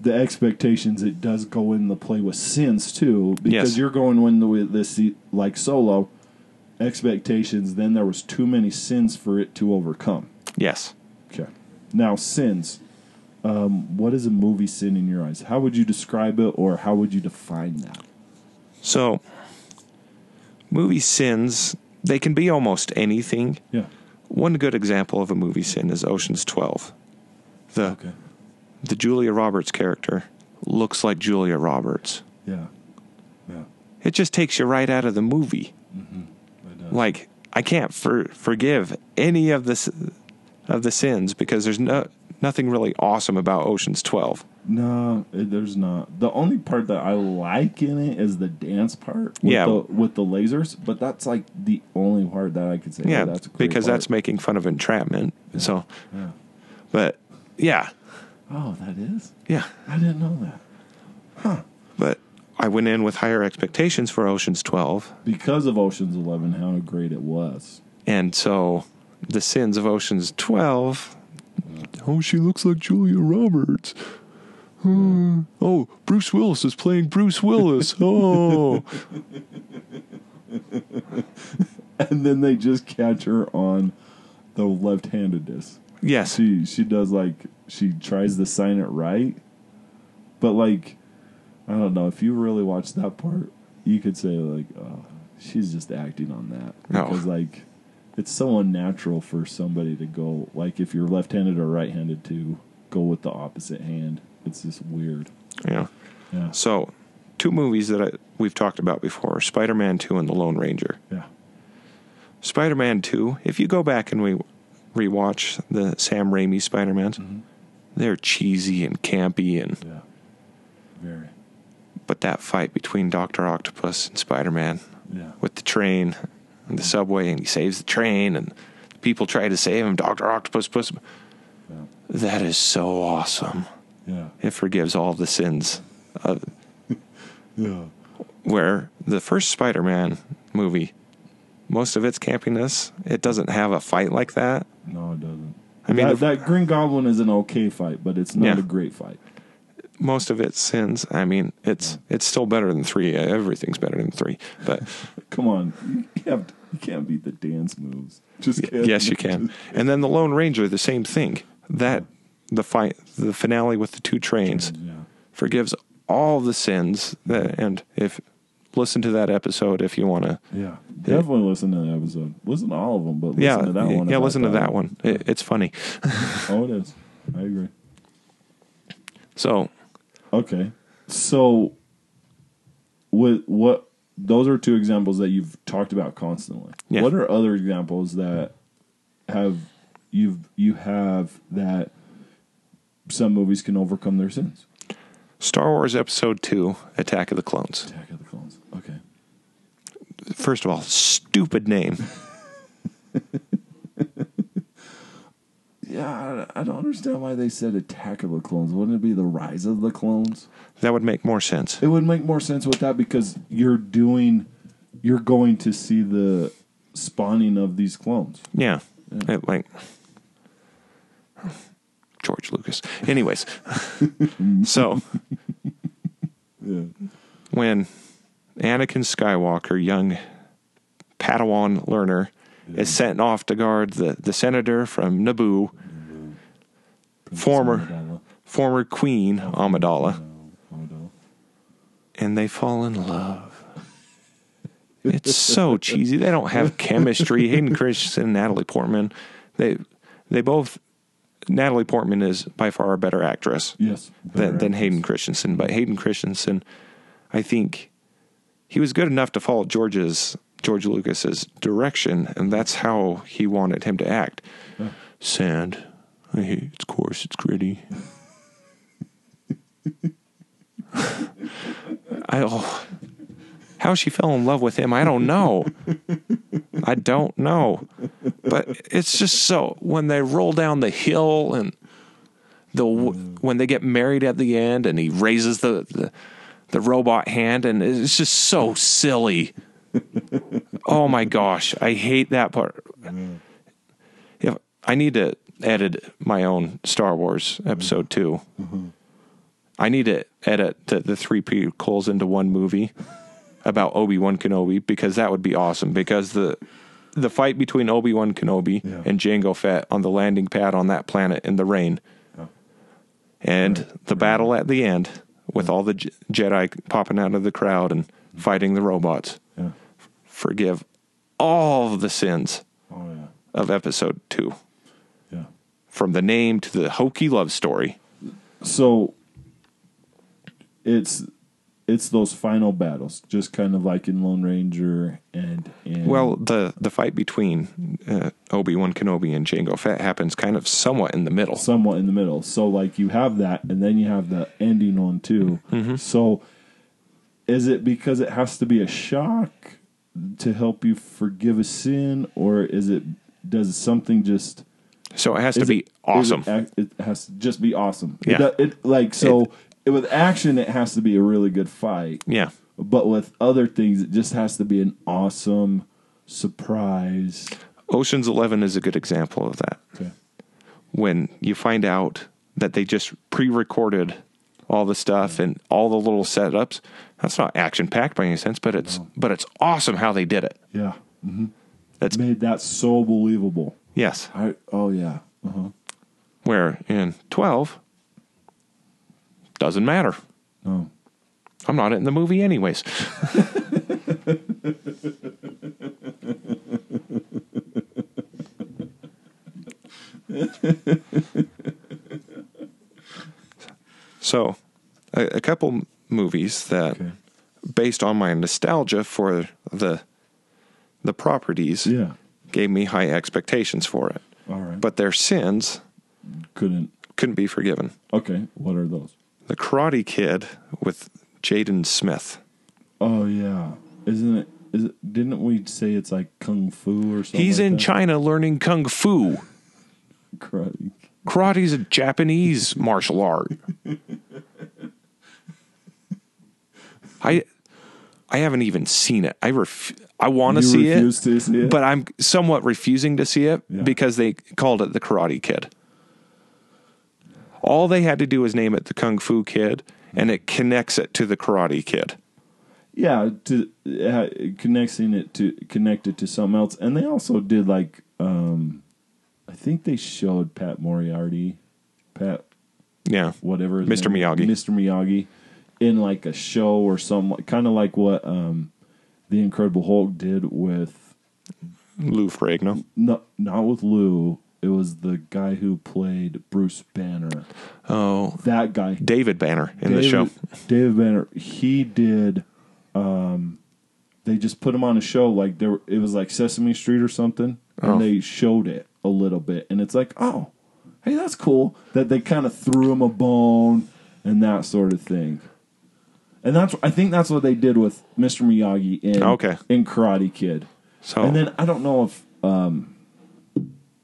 Speaker 1: the expectations, it does go in the play with sins too. Because
Speaker 2: Yes.
Speaker 1: you're going in the with this like solo expectations. Then there was too many sins for it to overcome.
Speaker 2: Yes.
Speaker 1: Okay, now sins. Um, what is a movie sin in your eyes? How would you describe it, or how would you define that?
Speaker 2: So, movie sins, they can be almost anything.
Speaker 1: Yeah.
Speaker 2: One good example of a movie sin is Ocean's 12. The,
Speaker 1: Okay.
Speaker 2: the Julia Roberts character looks like Julia Roberts.
Speaker 1: Yeah. Yeah.
Speaker 2: It just takes you right out of the movie.
Speaker 1: Mm-hmm. It does.
Speaker 2: Like I can't for, forgive any of this of the sins because there's no nothing really awesome about Ocean's 12.
Speaker 1: No, it, there's not. The only part that I like in it is the dance part. With
Speaker 2: Yeah.
Speaker 1: the, with the lasers, but that's like the only part that I could say.
Speaker 2: Yeah,
Speaker 1: "Oh, that's a great
Speaker 2: because that's
Speaker 1: part."
Speaker 2: making fun of entrapment. So,
Speaker 1: Yeah.
Speaker 2: but yeah,
Speaker 1: Oh, that is.
Speaker 2: yeah.
Speaker 1: I didn't know that
Speaker 2: But I went in with higher expectations for Ocean's 12,
Speaker 1: because of Ocean's Eleven, how great it was. (laughs)
Speaker 2: and so the sins of Ocean's 12. Oh, she looks like Julia Roberts. Hmm. Oh, Bruce Willis is playing Bruce Willis. Oh,
Speaker 1: And then they just catch her on the left-handedness.
Speaker 2: yes.
Speaker 1: She she does like she tries to sign it right, but like I don't know if you really watch that part, you could say like oh, she's just acting on that
Speaker 2: No.
Speaker 1: because like it's so unnatural for somebody to go like if you're left-handed or right-handed to go with the opposite hand. It's just weird.
Speaker 2: Yeah.
Speaker 1: Yeah,
Speaker 2: So, two movies that I, we've talked about before Spider Man 2 and The Lone Ranger.
Speaker 1: yeah,
Speaker 2: Spider Man 2, if you go back and we rewatch the Sam Raimi Spider Mans, they're cheesy and campy, and
Speaker 1: yeah, very
Speaker 2: but that fight between Dr. Octopus and Spider Man
Speaker 1: yeah.
Speaker 2: with the train and the subway, and he saves the train, and people try to save him. Dr. Octopus puts him.
Speaker 1: Yeah.
Speaker 2: That is so awesome.
Speaker 1: Yeah.
Speaker 2: It forgives all the sins of
Speaker 1: Yeah.
Speaker 2: where the first Spider-Man movie, most of its campiness, it doesn't have a fight like that.
Speaker 1: No, it doesn't.
Speaker 2: I mean,
Speaker 1: that,
Speaker 2: the-
Speaker 1: that Green Goblin is an okay fight, but it's not
Speaker 2: Yeah.
Speaker 1: a great fight.
Speaker 2: Most of its sins, I mean, it's it's still better than three. Everything's better than three,
Speaker 1: (laughs)
Speaker 2: but
Speaker 1: Come on, you, have to- you can't beat the dance moves. Just kidding.
Speaker 2: yes, you can. And then the Lone Ranger, the same thing. That the fight, the finale with the two trains,
Speaker 1: Yeah.
Speaker 2: forgives all the sins. That, and if listen to that episode if you want to.
Speaker 1: Yeah, definitely listen to that episode. Listen to all of them, but listen
Speaker 2: Yeah,
Speaker 1: to that one.
Speaker 2: yeah,
Speaker 1: about
Speaker 2: listen to that one. It, it's funny.
Speaker 1: Oh, it is. I agree.
Speaker 2: So
Speaker 1: Okay, so with what those are two examples that you've talked about constantly.
Speaker 2: Yeah.
Speaker 1: What are other examples that have you've you have that some movies can overcome their sins?
Speaker 2: Star Wars Episode Two: Attack of the Clones.
Speaker 1: Attack of the Clones. Okay.
Speaker 2: first of all, stupid name.
Speaker 1: Yeah, I, I don't understand why they said Attack of the Clones. Wouldn't it be the Rise of the Clones?
Speaker 2: That would make more sense.
Speaker 1: It would make more sense with that because you're doing, you're going to see the spawning of these clones.
Speaker 2: Yeah. It, like George Lucas. Anyways, (laughs) so
Speaker 1: Yeah.
Speaker 2: when Anakin Skywalker, young Padawan learner, is sent off to guard the, the senator from Naboo, former
Speaker 1: Amidala.
Speaker 2: former queen Amidala,
Speaker 1: Amidala.
Speaker 2: and they fall in love. It's so cheesy. They don't have chemistry. Hayden Christensen and Natalie Portman, they they both Natalie Portman is by far a better actress
Speaker 1: Yes.
Speaker 2: than,
Speaker 1: better
Speaker 2: than
Speaker 1: actress.
Speaker 2: Hayden Christensen. But Hayden Christensen, I think he was good enough to follow George's George Lucas's direction, and that's how he wanted him to act. Sand, I hate it's coarse, it's gritty. (laughs) I oh, how she fell in love with him, I don't know. I don't know, but it's just so when they roll down the hill and the when they get married at the end and he raises the the, the robot hand and it's just so silly. oh my gosh, I hate that part. If I need to edit my own Star Wars episode 2. I need to edit the, the three prequels into one movie about Obi-Wan Kenobi because that would be awesome because the the fight between Obi-Wan Kenobi
Speaker 1: Yeah.
Speaker 2: and Jango Fett on the landing pad on that planet in the rain and the battle at the end with all the Je- Jedi popping out of the crowd and fighting the robots.
Speaker 1: Yeah.
Speaker 2: Forgive all of the sins
Speaker 1: Oh yeah.
Speaker 2: of episode two,
Speaker 1: Yeah.
Speaker 2: from the name to the hokey love story.
Speaker 1: So it's it's those final battles, just kind of like in Lone Ranger and, and
Speaker 2: Well, the the fight between uh, Obi Wan Kenobi and Jango Fett happens kind of somewhat in the middle.
Speaker 1: somewhat in the middle. So like you have that, and then you have the ending on too.
Speaker 2: Mm-hmm.
Speaker 1: So is it because it has to be a shock to help you forgive a sin, or is it does something just
Speaker 2: So it has to
Speaker 1: is
Speaker 2: be
Speaker 1: it- is
Speaker 2: awesome.
Speaker 1: It, act- it has to just be awesome.
Speaker 2: Yeah.
Speaker 1: It, do- it- like so it- with action, it has to be a really good fight.
Speaker 2: yeah.
Speaker 1: But with other things, it just has to be an awesome surprise.
Speaker 2: Ocean's 11 is a good example of that.
Speaker 1: Okay.
Speaker 2: When you find out that they just pre-recorded all the stuff and all the little setups, that's not action packed by any sense, but it's but it's awesome how they did it.
Speaker 1: Yeah, Mm-hmm.
Speaker 2: That's
Speaker 1: made that so believable.
Speaker 2: yes.
Speaker 1: I oh yeah. Uh-huh.
Speaker 2: Where in 12 doesn't matter.
Speaker 1: No.
Speaker 2: I'm not in the movie anyways. (laughs) so, a, a couple movies that
Speaker 1: Okay.
Speaker 2: based on my nostalgia for the the properties
Speaker 1: Yeah.
Speaker 2: gave me high expectations for it.
Speaker 1: All right.
Speaker 2: But their sins
Speaker 1: couldn't.
Speaker 2: couldn't be forgiven.
Speaker 1: Okay. What are those?
Speaker 2: The Karate Kid with Jaden Smith.
Speaker 1: Oh yeah. Isn't it? Is it, didn't we say it's like kung fu or something?
Speaker 2: He's
Speaker 1: like
Speaker 2: in
Speaker 1: that?
Speaker 2: China learning kung fu.
Speaker 1: Karate.
Speaker 2: Karate's a Japanese martial art. I I haven't even seen it. I ref- I want to
Speaker 1: You
Speaker 2: see it,
Speaker 1: refuse to see it?
Speaker 2: but I'm somewhat refusing to see it
Speaker 1: Yeah.
Speaker 2: because they called it the Karate Kid. All they had to do was name it the Kung Fu Kid, and it connects it to the Karate Kid.
Speaker 1: yeah to uh, connecting it to connect it to something else and they also did like um i think they showed pat moriarty pat
Speaker 2: Yeah,
Speaker 1: whatever his
Speaker 2: Mr.
Speaker 1: name-
Speaker 2: Miyagi.
Speaker 1: mr miyagi in like a show or some kind of like what um the incredible hulk did with
Speaker 2: Lou Ferrigno.
Speaker 1: no, not with lou it was the guy who played bruce banner
Speaker 2: Oh,
Speaker 1: that guy
Speaker 2: David Banner in the
Speaker 1: David-
Speaker 2: show.
Speaker 1: David Banner, he did. Um, they just put him on a show like there. It was like Sesame Street or something, and
Speaker 2: Oh.
Speaker 1: they showed it a little bit, and it's like, oh, hey, that's cool that they kind of threw him a bone and that sort of thing. And that's I think that's what they did with Mr. Miyagi in
Speaker 2: Okay. Oh.
Speaker 1: in Karate Kid.
Speaker 2: So
Speaker 1: And then I don't know if um,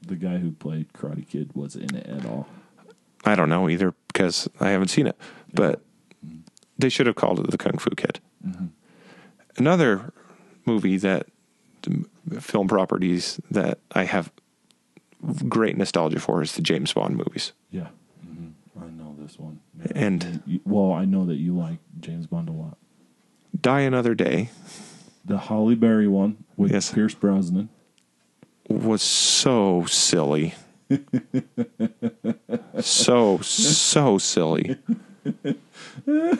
Speaker 1: the guy who played Karate Kid was in it at all.
Speaker 2: I don't know either because I haven't seen it, but they should have called it the Kung Fu Kid.
Speaker 1: Mm-hmm.
Speaker 2: Another movie that film properties that I have great nostalgia for is the James Bond movies.
Speaker 1: Yeah, Mm-hmm. I know this one.
Speaker 2: And
Speaker 1: You- well, I know that you like James Bond a lot.
Speaker 2: Die Another Day
Speaker 1: The Holly Berry one with
Speaker 2: Yes.
Speaker 1: Pierce Brosnan.
Speaker 2: was so silly. so, so silly.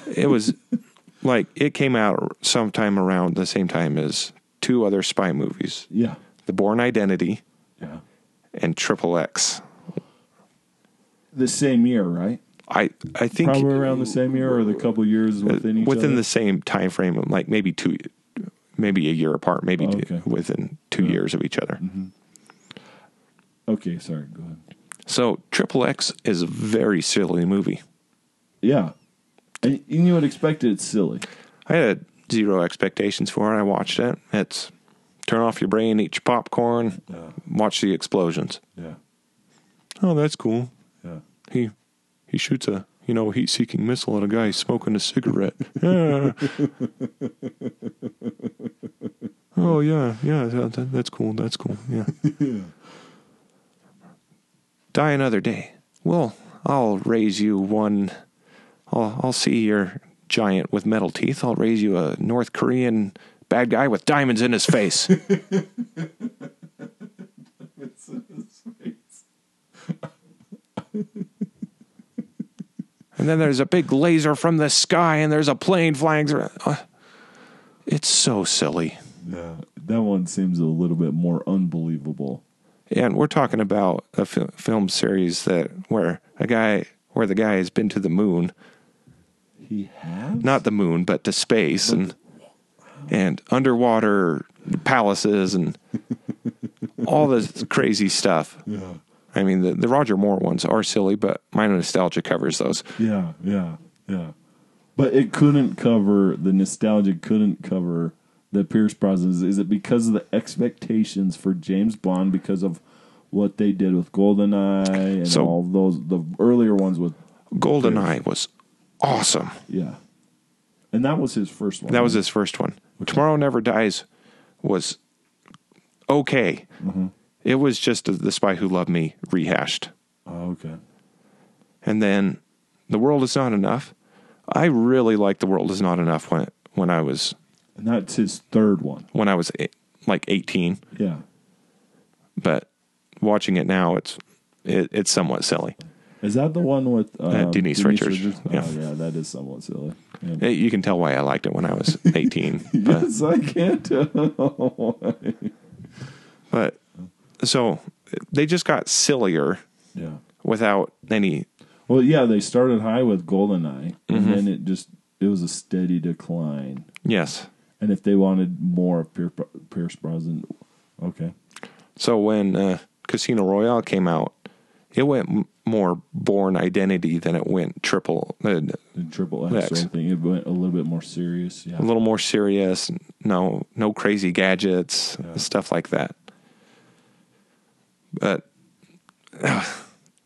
Speaker 2: It was like it came out sometime around the same time as two other spy movies
Speaker 1: Yeah,
Speaker 2: The Born Identity
Speaker 1: yeah.
Speaker 2: and Triple X.
Speaker 1: The same year, right?
Speaker 2: I I think uh,
Speaker 1: Probably around the same year or the couple years Uh, within each
Speaker 2: within
Speaker 1: other.
Speaker 2: the same time frame, like maybe two, maybe a year apart, maybe
Speaker 1: Oh,
Speaker 2: two-
Speaker 1: okay. Mm-hmm.
Speaker 2: within two years of each other.
Speaker 1: Okay, sorry. Go ahead.
Speaker 2: So Triple X is a very silly movie.
Speaker 1: Yeah, and, and you would expect it. It's silly.
Speaker 2: I had zero expectations for it. I watched it. It's turn off your brain, eat your popcorn,
Speaker 1: Yeah.
Speaker 2: watch the explosions.
Speaker 1: Yeah,
Speaker 2: Oh, that's cool.
Speaker 1: yeah.
Speaker 2: He he shoots a you know heat-seeking missile at a guy smoking a cigarette. Yeah. (laughs) oh yeah, yeah. That, that- that's cool. That's cool. Yeah. (laughs) Die another day. Well, I'll raise you one. I'll I'll see your giant with metal teeth. I'll raise you a North Korean bad guy with diamonds in his (laughs) face. and then there's a big laser from the sky, and there's a plane flying through. Uh, It's so silly.
Speaker 1: Yeah, that one seems a little bit more unbelievable.
Speaker 2: and we're talking about a fi- film series that where a guy where the guy has been to the moon
Speaker 1: He has?
Speaker 2: not the moon, but to space and and underwater palaces and all this crazy stuff.
Speaker 1: Yeah.
Speaker 2: I mean, the, the Roger Moore ones are silly, but my nostalgia covers those.
Speaker 1: Yeah, yeah, yeah. But it couldn't cover the nostalgia. Couldn't cover the Pierce Brosnan. Is- Is it because of the expectations for James Bond? Because of what they did with GoldenEye and
Speaker 2: So-
Speaker 1: all those the earlier ones with
Speaker 2: GoldenEye was awesome.
Speaker 1: yeah, and that was his first one.
Speaker 2: That was his first one. Tomorrow Never Dies was okay. It was just The Spy Who Loved Me rehashed.
Speaker 1: Oh, okay.
Speaker 2: and then the world is not enough. I really liked the world is not enough when when I was
Speaker 1: And that's his third one.
Speaker 2: when I was eh, like eighteen,
Speaker 1: Yeah,
Speaker 2: but watching it now, it's it, it's somewhat silly.
Speaker 1: is that the one with um,
Speaker 2: Uh, Denise Richards. Yeah.
Speaker 1: Oh, yeah, that is somewhat silly. Yeah.
Speaker 2: Eh, you can tell why I liked it when I was eighteen,
Speaker 1: (laughs)
Speaker 2: but,
Speaker 1: Yes, I can't. tell.
Speaker 2: but so they just got sillier
Speaker 1: yeah.
Speaker 2: without any.
Speaker 1: Well, yeah, they started high with Goldeneye,
Speaker 2: Mm-hmm.
Speaker 1: and then it just it was a steady decline.
Speaker 2: Yes,
Speaker 1: And if they wanted more of Pier- Pierce Brosnan, okay,
Speaker 2: so when uh, Casino Royale came out, it went m- more Born Identity than it went triple. Uh,
Speaker 1: the triple X,
Speaker 2: X.
Speaker 1: or anything, it went a little bit more serious. Yeah,
Speaker 2: a little more serious. No, no crazy gadgets, stuff like that. But (sighs) ugh,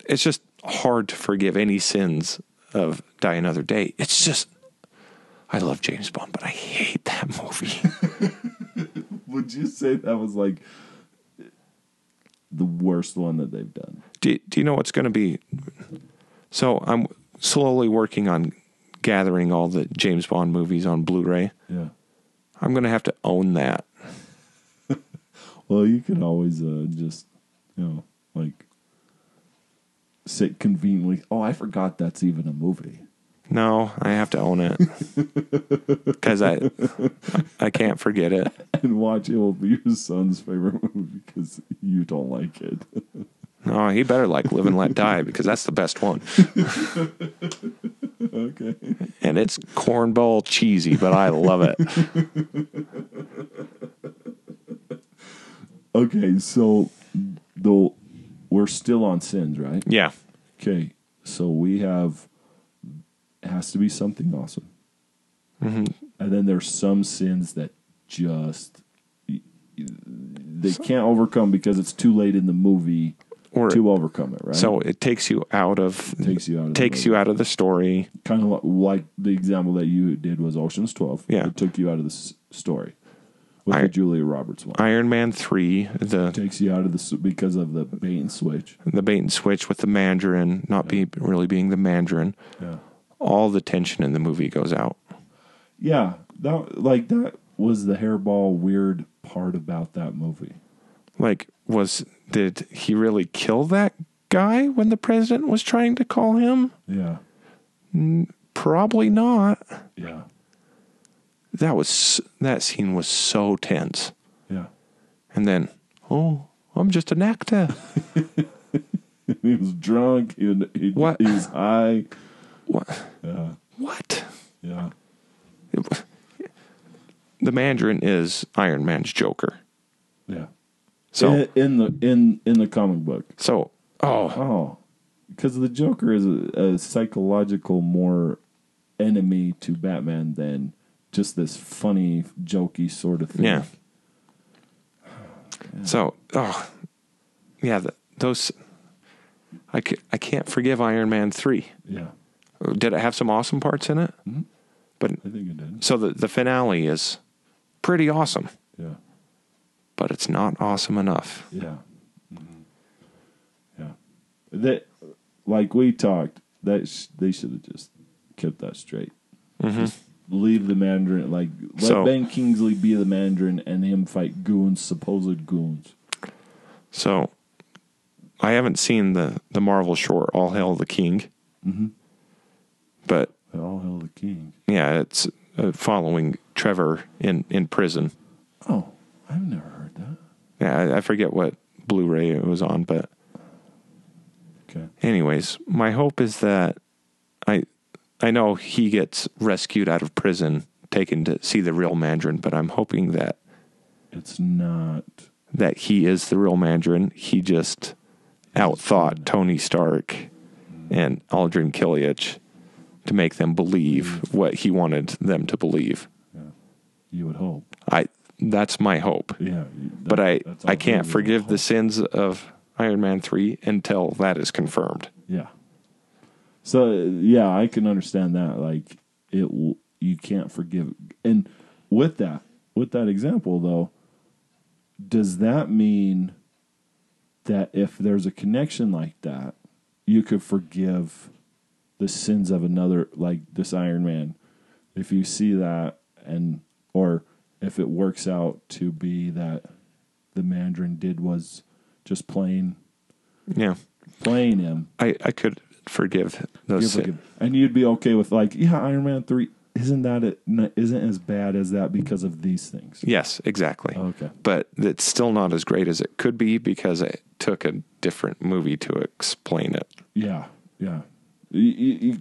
Speaker 2: it's just hard to forgive any sins of Die Another Day. It's just, I love James Bond, but I hate that movie.
Speaker 1: would you say that was like the worst one that they've done?
Speaker 2: do, do you know what's going to be? So I'm slowly working on gathering all the James Bond movies on Blu-ray.
Speaker 1: Yeah.
Speaker 2: I'm going to have to own that.
Speaker 1: Well, you could always uh, just you know like sit conveniently. Oh, I forgot that's even a movie. (laughs)
Speaker 2: No, I have to own it
Speaker 1: (laughs)
Speaker 2: because I I can't forget it.
Speaker 1: And watch it will be your son's favorite (laughs) movie because you don't like it.
Speaker 2: No, he better like live and let die because that's the best one.
Speaker 1: (laughs) okay.
Speaker 2: And it's cornball cheesy, but I love it.
Speaker 1: (laughs) Okay, so the we're still on sins, right?
Speaker 2: Yeah,
Speaker 1: Okay, so we have it has to be something awesome,
Speaker 2: Mm-hmm.
Speaker 1: and then there's some sins that just they can't overcome because it's too late in the movie
Speaker 2: or
Speaker 1: to overcome it, right?
Speaker 2: so it takes you out of
Speaker 1: Takes you out of the
Speaker 2: takes you out of the story.
Speaker 1: kind of like the example that you did was Ocean's Twelve.
Speaker 2: Yeah.
Speaker 1: it took you out of the s- story with
Speaker 2: I-
Speaker 1: the Julia Roberts one.
Speaker 2: Iron Man three, the
Speaker 1: takes you out of the s- because of the bait and switch.
Speaker 2: the bait and switch with the Mandarin not be really being the Mandarin.
Speaker 1: Yeah.
Speaker 2: All the tension in the movie goes out.
Speaker 1: Yeah, that like that was the hairball weird part about that movie.
Speaker 2: Like, was did he really kill that guy when the president was trying to call him?
Speaker 1: Yeah,
Speaker 2: Probably not.
Speaker 1: yeah,
Speaker 2: That was that scene was so tense.
Speaker 1: yeah. (laughs)
Speaker 2: And then, oh, I'm just an actor.
Speaker 1: he was drunk. He, he,
Speaker 2: What?
Speaker 1: he was high.
Speaker 2: what?
Speaker 1: Yeah,
Speaker 2: What?
Speaker 1: yeah,
Speaker 2: The Mandarin is Iron Man's Joker.
Speaker 1: yeah.
Speaker 2: So,
Speaker 1: in, in the in in the comic book,
Speaker 2: so, oh,
Speaker 1: oh, because the Joker is a, a psychological more enemy to Batman than just this funny, jokey sort of thing.
Speaker 2: yeah. So, oh, yeah. The, those, I, ca- I can't forgive Iron Man three.
Speaker 1: yeah.
Speaker 2: Did it have some awesome parts in it? But
Speaker 1: I think Mm-hmm. it did.
Speaker 2: so the the finale is pretty awesome,
Speaker 1: Yeah,
Speaker 2: but it's not awesome enough.
Speaker 1: yeah, Mm-hmm. yeah. That, like we talked, that sh- they should have just kept that straight. Just leave the Mandarin. Like let
Speaker 2: Mm-hmm. So-
Speaker 1: Ben Kingsley be the Mandarin and him fight goons, supposed goons.
Speaker 2: So I haven't seen the the Marvel short All Hail the King. But
Speaker 1: But all hell the king.
Speaker 2: yeah, it's uh, following Trevor in in prison.
Speaker 1: Oh, I've never heard that.
Speaker 2: Yeah, I, I forget what Blu-ray it was on, but
Speaker 1: Okay.
Speaker 2: anyways, my hope is that I I know he gets rescued out of prison, taken to see the real Mandarin, but I'm hoping that
Speaker 1: It's not.
Speaker 2: that he is the real Mandarin. He just outthought Tony Stark and Aldrin Kilyich to make them
Speaker 1: Mm.
Speaker 2: believe what he wanted them to believe.
Speaker 1: You would hope.
Speaker 2: I that's my hope.
Speaker 1: Yeah.
Speaker 2: but I
Speaker 1: that's all
Speaker 2: I can't
Speaker 1: really
Speaker 2: forgive
Speaker 1: hope.
Speaker 2: the sins of Iron Man 3 until that is confirmed.
Speaker 1: Yeah. So yeah, I can understand that. Like it, w- you can't forgive. And with that, with that example though, does that mean that if there's a connection like that, you could forgive the sins of another, like this Iron Man, if you see that, and or if it works out to be that the Mandarin did was just playing
Speaker 2: Yeah.
Speaker 1: playing him
Speaker 2: I I could forgive
Speaker 1: You're
Speaker 2: those sins.
Speaker 1: fucking- and you'd be okay with like, yeah, Iron Man three isn't that it n- isn't as bad as that because of these things.
Speaker 2: Yes, exactly.
Speaker 1: Okay.
Speaker 2: But it's still not as great as it could be because it took a different movie to explain it.
Speaker 1: Yeah, yeah. You, you, you-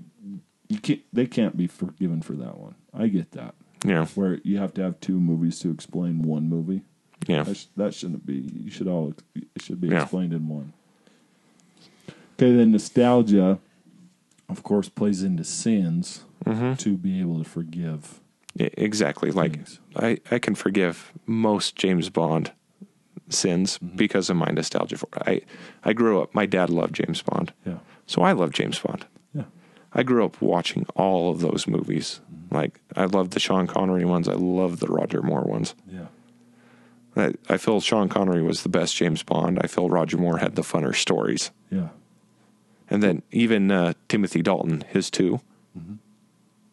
Speaker 1: you can't, they can't be forgiven for that one. I get that.
Speaker 2: Yeah.
Speaker 1: Where you have to have two movies to explain one movie.
Speaker 2: Yeah.
Speaker 1: That, sh- that shouldn't be. You should all. ex- It should be
Speaker 2: Yeah.
Speaker 1: explained in one. Okay, then nostalgia, of course, plays into sins
Speaker 2: Mm-hmm.
Speaker 1: to be able to forgive.
Speaker 2: E- Exactly. Like
Speaker 1: Things.
Speaker 2: I, I can forgive most James Bond sins because of my nostalgia for I I grew up my dad loved James Bond.
Speaker 1: Yeah,
Speaker 2: So I love James Bond.
Speaker 1: yeah,
Speaker 2: I grew up watching all of those movies. Like I love the Sean Connery ones. I love the Roger Moore ones.
Speaker 1: yeah.
Speaker 2: I, I feel Sean Connery was the best James Bond. I feel Roger Moore had the funner stories.
Speaker 1: Yeah.
Speaker 2: And then even uh, Timothy Dalton, his 2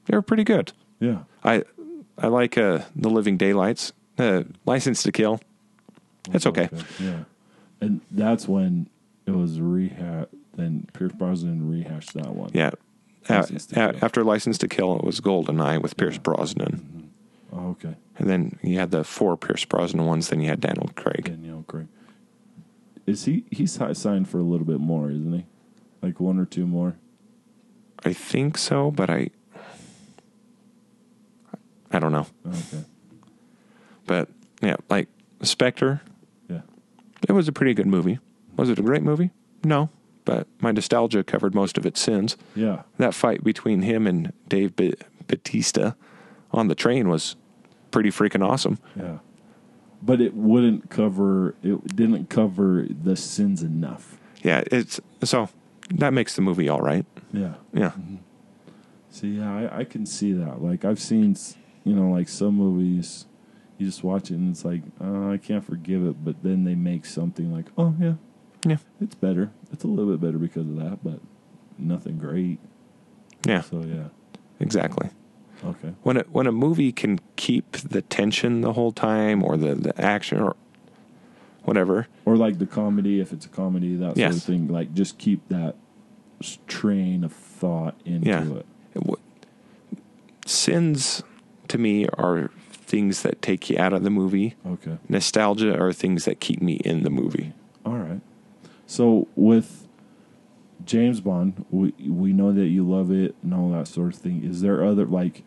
Speaker 2: they were pretty good.
Speaker 1: Yeah.
Speaker 2: I I like uh, the Living Daylights, uh, License to Kill. It's okay.
Speaker 1: Yeah. And that's when it was rehash. Then Pierce Brosnan rehashed that one.
Speaker 2: Yeah. A-
Speaker 1: License to
Speaker 2: a-
Speaker 1: Kill.
Speaker 2: after License to Kill, it was Goldeneye with Pierce Brosnan.
Speaker 1: Oh, okay.
Speaker 2: And then you had the four Pierce Brosnan ones. Then you had Daniel Craig.
Speaker 1: Daniel Craig. Is he? He's hi- signed for a little bit more, isn't he? Like one or two more.
Speaker 2: I think so, but I I don't know.
Speaker 1: Okay.
Speaker 2: But yeah, like Spectre,
Speaker 1: Yeah.
Speaker 2: it was a pretty good movie. Was it a great movie? No, but my nostalgia covered most of its sins.
Speaker 1: Yeah.
Speaker 2: That fight between him and Dave B- Batista on the train was pretty freaking awesome.
Speaker 1: Yeah. But it wouldn't cover. It didn't cover the sins enough.
Speaker 2: Yeah, it's so that makes the movie all right.
Speaker 1: Yeah.
Speaker 2: Yeah.
Speaker 1: See, yeah, I, I can see that. Like I've seen, s- you know, like some movies, you just watch it and it's like, oh, I can't forgive it. But then they make something like, oh yeah,
Speaker 2: Yeah.
Speaker 1: it's better. It's a little bit better because of that, but nothing great.
Speaker 2: Yeah,
Speaker 1: So yeah,
Speaker 2: exactly.
Speaker 1: okay,
Speaker 2: when a, when a movie can keep the tension the whole time or the, the action or whatever
Speaker 1: or like the comedy if it's a comedy, that sort of
Speaker 2: Yes.
Speaker 1: thing. Like just keep that s- train of thought into
Speaker 2: Yeah.
Speaker 1: it.
Speaker 2: it w- sins to me are things that take you out of the movie
Speaker 1: Okay,
Speaker 2: nostalgia are things that keep me in the movie
Speaker 1: all right. So with James Bond, we we know that you love it and all that sort of thing. Is there other like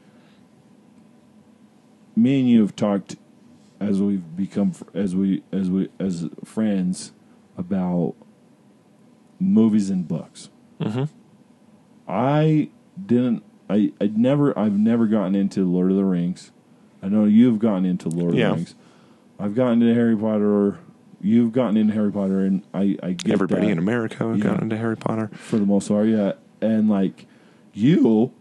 Speaker 1: me and you have talked as we've become fr- as we as we as friends about movies and books. Mm-hmm. I didn't. I I never. I've never gotten into Lord of the Rings. I know you've gotten into Lord
Speaker 2: Yeah.
Speaker 1: of the Rings. I've gotten into Harry Potter. You've gotten into Harry Potter, and I I get
Speaker 2: everybody
Speaker 1: that
Speaker 2: in america
Speaker 1: Yeah.
Speaker 2: got into harry potter
Speaker 1: for the most part, yeah. And like you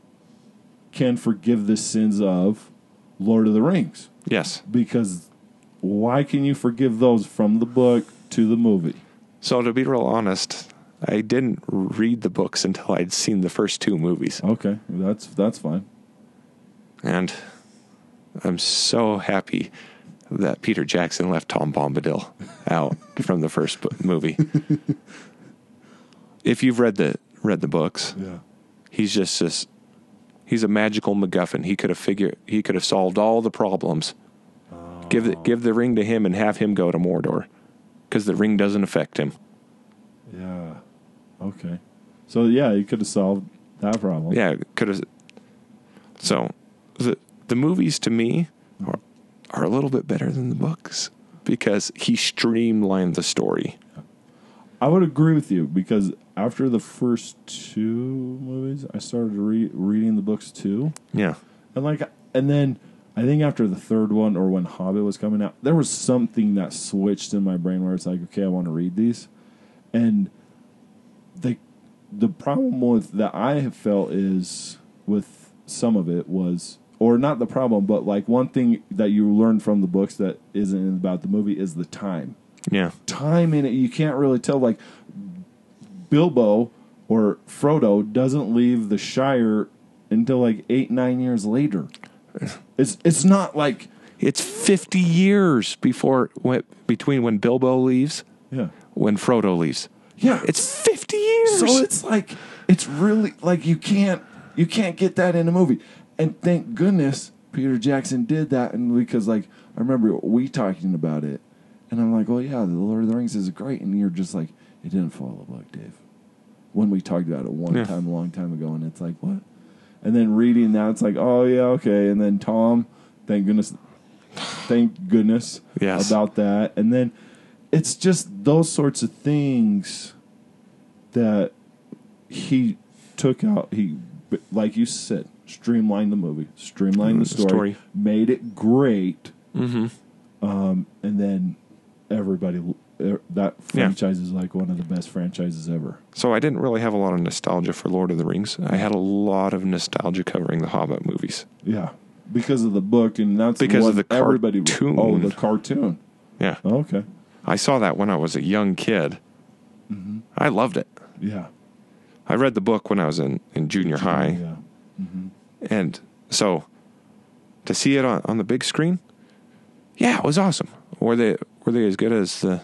Speaker 1: can forgive the sins of Lord of the Rings
Speaker 2: yes
Speaker 1: because why can you forgive those from the book to the movie?
Speaker 2: so to be real honest i didn't read the books until i'd seen the first two movies
Speaker 1: Okay, that's that's fine.
Speaker 2: and I'm so happy that Peter Jackson left Tom Bombadil out from the first bo- movie. if you've read the read the books,
Speaker 1: Yeah.
Speaker 2: he's just this he's a magical MacGuffin. He could have figured he could have solved all the problems. Give the, give the ring to him and have him go to Mordor, because the ring doesn't affect him.
Speaker 1: Yeah. Okay. So yeah, you could have solved that problem.
Speaker 2: Yeah, could have So the the movies to me are, are a little bit better than the books because he streamlined the story.
Speaker 1: I would agree with you because after the first two movies, I started re- reading the books too,
Speaker 2: Yeah.
Speaker 1: and like, and then I think after the third one or when Hobbit was coming out, there was something that switched in my brain where it's like, okay, I want to read these, and the the problem with that I have felt is with some of it was. Or not the problem, but like one thing that you learn from the books that isn't about the movie is the time
Speaker 2: Yeah.
Speaker 1: time in it. You can't really tell. Like Bilbo or Frodo doesn't leave the Shire until like eight nine years (laughs) later. It's it's not like
Speaker 2: It's 50 years before when, between when Bilbo leaves,
Speaker 1: yeah
Speaker 2: when Frodo leaves.
Speaker 1: yeah. It's
Speaker 2: It's 50 years.
Speaker 1: so it's like it's really like you can't you can't get that in a movie. And thank goodness Peter Jackson did that. And because like I remember we talking about it, and I'm like, oh yeah, the Lord of the Rings is great. And you're just like, it didn't follow the book, Dave. when we talked about it one
Speaker 2: Yeah.
Speaker 1: time a long time ago, and it's like what? And then reading that, it's like oh yeah okay. And then Tom, thank goodness, thank goodness
Speaker 2: Yes.
Speaker 1: about that. And then it's just those sorts of things that he took out. He like you said, streamlined the movie, streamlined the
Speaker 2: Mm,
Speaker 1: story,
Speaker 2: story.
Speaker 1: made it great,
Speaker 2: mm-hmm.
Speaker 1: and then everybody er, that
Speaker 2: Yeah.
Speaker 1: franchise is like one of the best franchises ever.
Speaker 2: So I didn't really have a lot of nostalgia for Lord of the Rings. I had a lot of nostalgia covering the Hobbit movies.
Speaker 1: Yeah, because of the book, and that's
Speaker 2: Because
Speaker 1: what
Speaker 2: of the
Speaker 1: everybody.
Speaker 2: cartoon.
Speaker 1: Oh, the cartoon. Oh,
Speaker 2: Yeah.
Speaker 1: Okay.
Speaker 2: I saw that when I was a young kid.
Speaker 1: Mm-hmm.
Speaker 2: I loved it.
Speaker 1: Yeah.
Speaker 2: I read the book when I was in, in junior high.
Speaker 1: Yeah.
Speaker 2: And so to see it on, on the big screen, yeah, it was awesome. Were they were they as good as the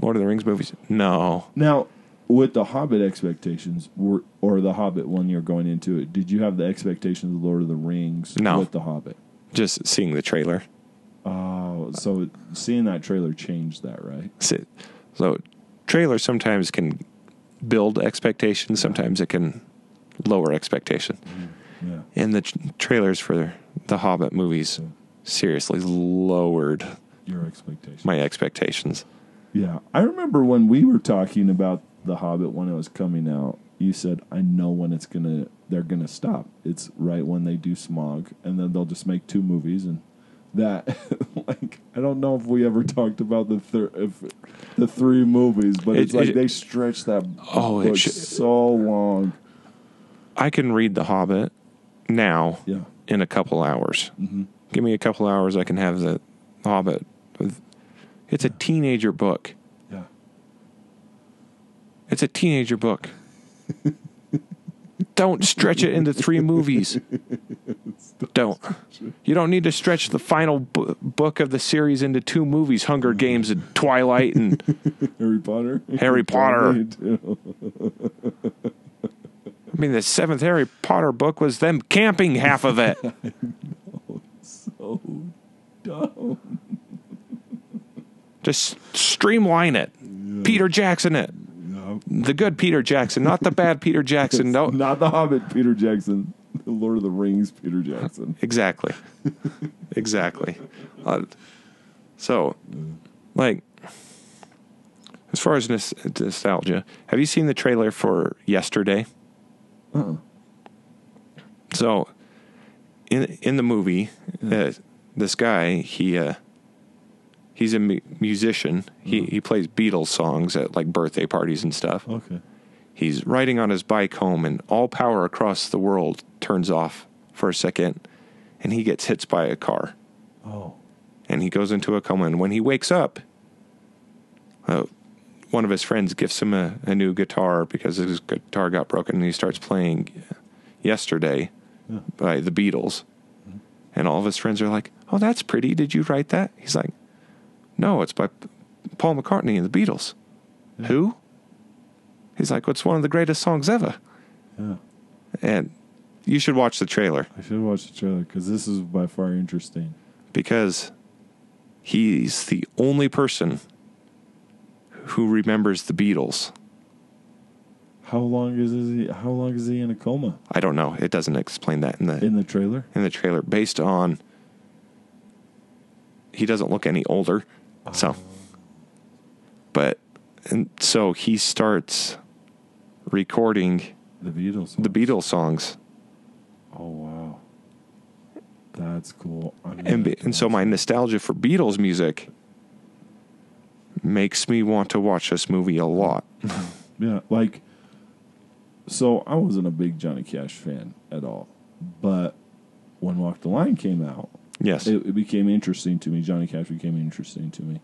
Speaker 2: Lord of the Rings movies? No.
Speaker 1: Now, with the Hobbit expectations, were, or the Hobbit one you're going into it, did you have the expectations of Lord of the Rings
Speaker 2: No.
Speaker 1: with the Hobbit?
Speaker 2: Just seeing the trailer.
Speaker 1: Oh, so seeing that trailer changed that, right?
Speaker 2: Si- So trailers sometimes can build expectations, sometimes it can lower expectation.
Speaker 1: Yeah.
Speaker 2: And the tr trailers for the Hobbit movies seriously lowered
Speaker 1: Your expectations.
Speaker 2: my expectations.
Speaker 1: Yeah, I remember when we were talking about the Hobbit when it was coming out. You said, "I know when it's gonna. They're gonna stop. It's right when they do Smog, and then they'll just make two movies and that." (laughs) like, I don't know if we ever talked about the thir- if the three movies, but
Speaker 2: It-
Speaker 1: it's like
Speaker 2: it-
Speaker 1: they stretched that
Speaker 2: Oh, it
Speaker 1: book
Speaker 2: sh-
Speaker 1: so long.
Speaker 2: I can read The Hobbit now
Speaker 1: Yeah,
Speaker 2: in a couple hours. Give me a couple hours, I can have The Hobbit. with- It's a teenager book.
Speaker 1: yeah.
Speaker 2: It's a teenager book. don't stretch it into three movies. Don't. You don't need to stretch the final bu- book of the series into two movies Hunger Games and Twilight and
Speaker 1: Harry Potter. (laughs)
Speaker 2: Harry Potter.
Speaker 1: Potter.
Speaker 2: I mean, the seventh Harry Potter book was them camping half of it. (laughs)
Speaker 1: so dumb.
Speaker 2: Just streamline it. Peter Jackson it.
Speaker 1: No,
Speaker 2: The good Peter Jackson, not the bad Peter Jackson. No,
Speaker 1: not the Hobbit. Peter Jackson, the Lord of the Rings. Peter
Speaker 2: (laughs)
Speaker 1: Jackson.
Speaker 2: exactly, exactly. Uh, so, like, as far as nos- nostalgia, have you seen the trailer for Yesterday?
Speaker 1: Uh-uh.
Speaker 2: So, in in the movie, uh, this guy he uh, he's a mu- musician. He he plays Beatles songs at like birthday parties and stuff.
Speaker 1: Okay.
Speaker 2: He's riding on his bike home, and all power across the world turns off for a second, and he gets hit by a car,
Speaker 1: Oh.
Speaker 2: and he goes into a coma. And when he wakes up, uh, one of his friends gifts him a, a new guitar because his guitar got broken, and he starts playing "Yesterday"
Speaker 1: Yeah.
Speaker 2: by the Beatles. And all of his friends are like, "Oh, that's pretty. Did you write that?" He's like, "No, it's by P- Paul McCartney and the Beatles." Who? He's like, "It's one of the greatest songs ever."
Speaker 1: Yeah.
Speaker 2: and you should watch the trailer
Speaker 1: I should watch the trailer because this is by far interesting.
Speaker 2: because he's the only person who remembers the Beatles.
Speaker 1: How long is he? How long is he in a coma?
Speaker 2: I don't know. It doesn't explain that in the
Speaker 1: In the trailer?
Speaker 2: in the trailer based on he doesn't look any older. So but and so he starts recording
Speaker 1: The Beatles.
Speaker 2: the Beatles songs.
Speaker 1: Oh wow, that's cool. I'm gonna
Speaker 2: And,
Speaker 1: have
Speaker 2: be-
Speaker 1: to
Speaker 2: and so
Speaker 1: watch
Speaker 2: my nostalgia for Beatles music makes me want to watch this movie a lot.
Speaker 1: Yeah, like so I wasn't a big Johnny Cash fan at all. But when Walk the Line came out,
Speaker 2: Yes.
Speaker 1: it, it became interesting to me. Johnny Cash became interesting to me.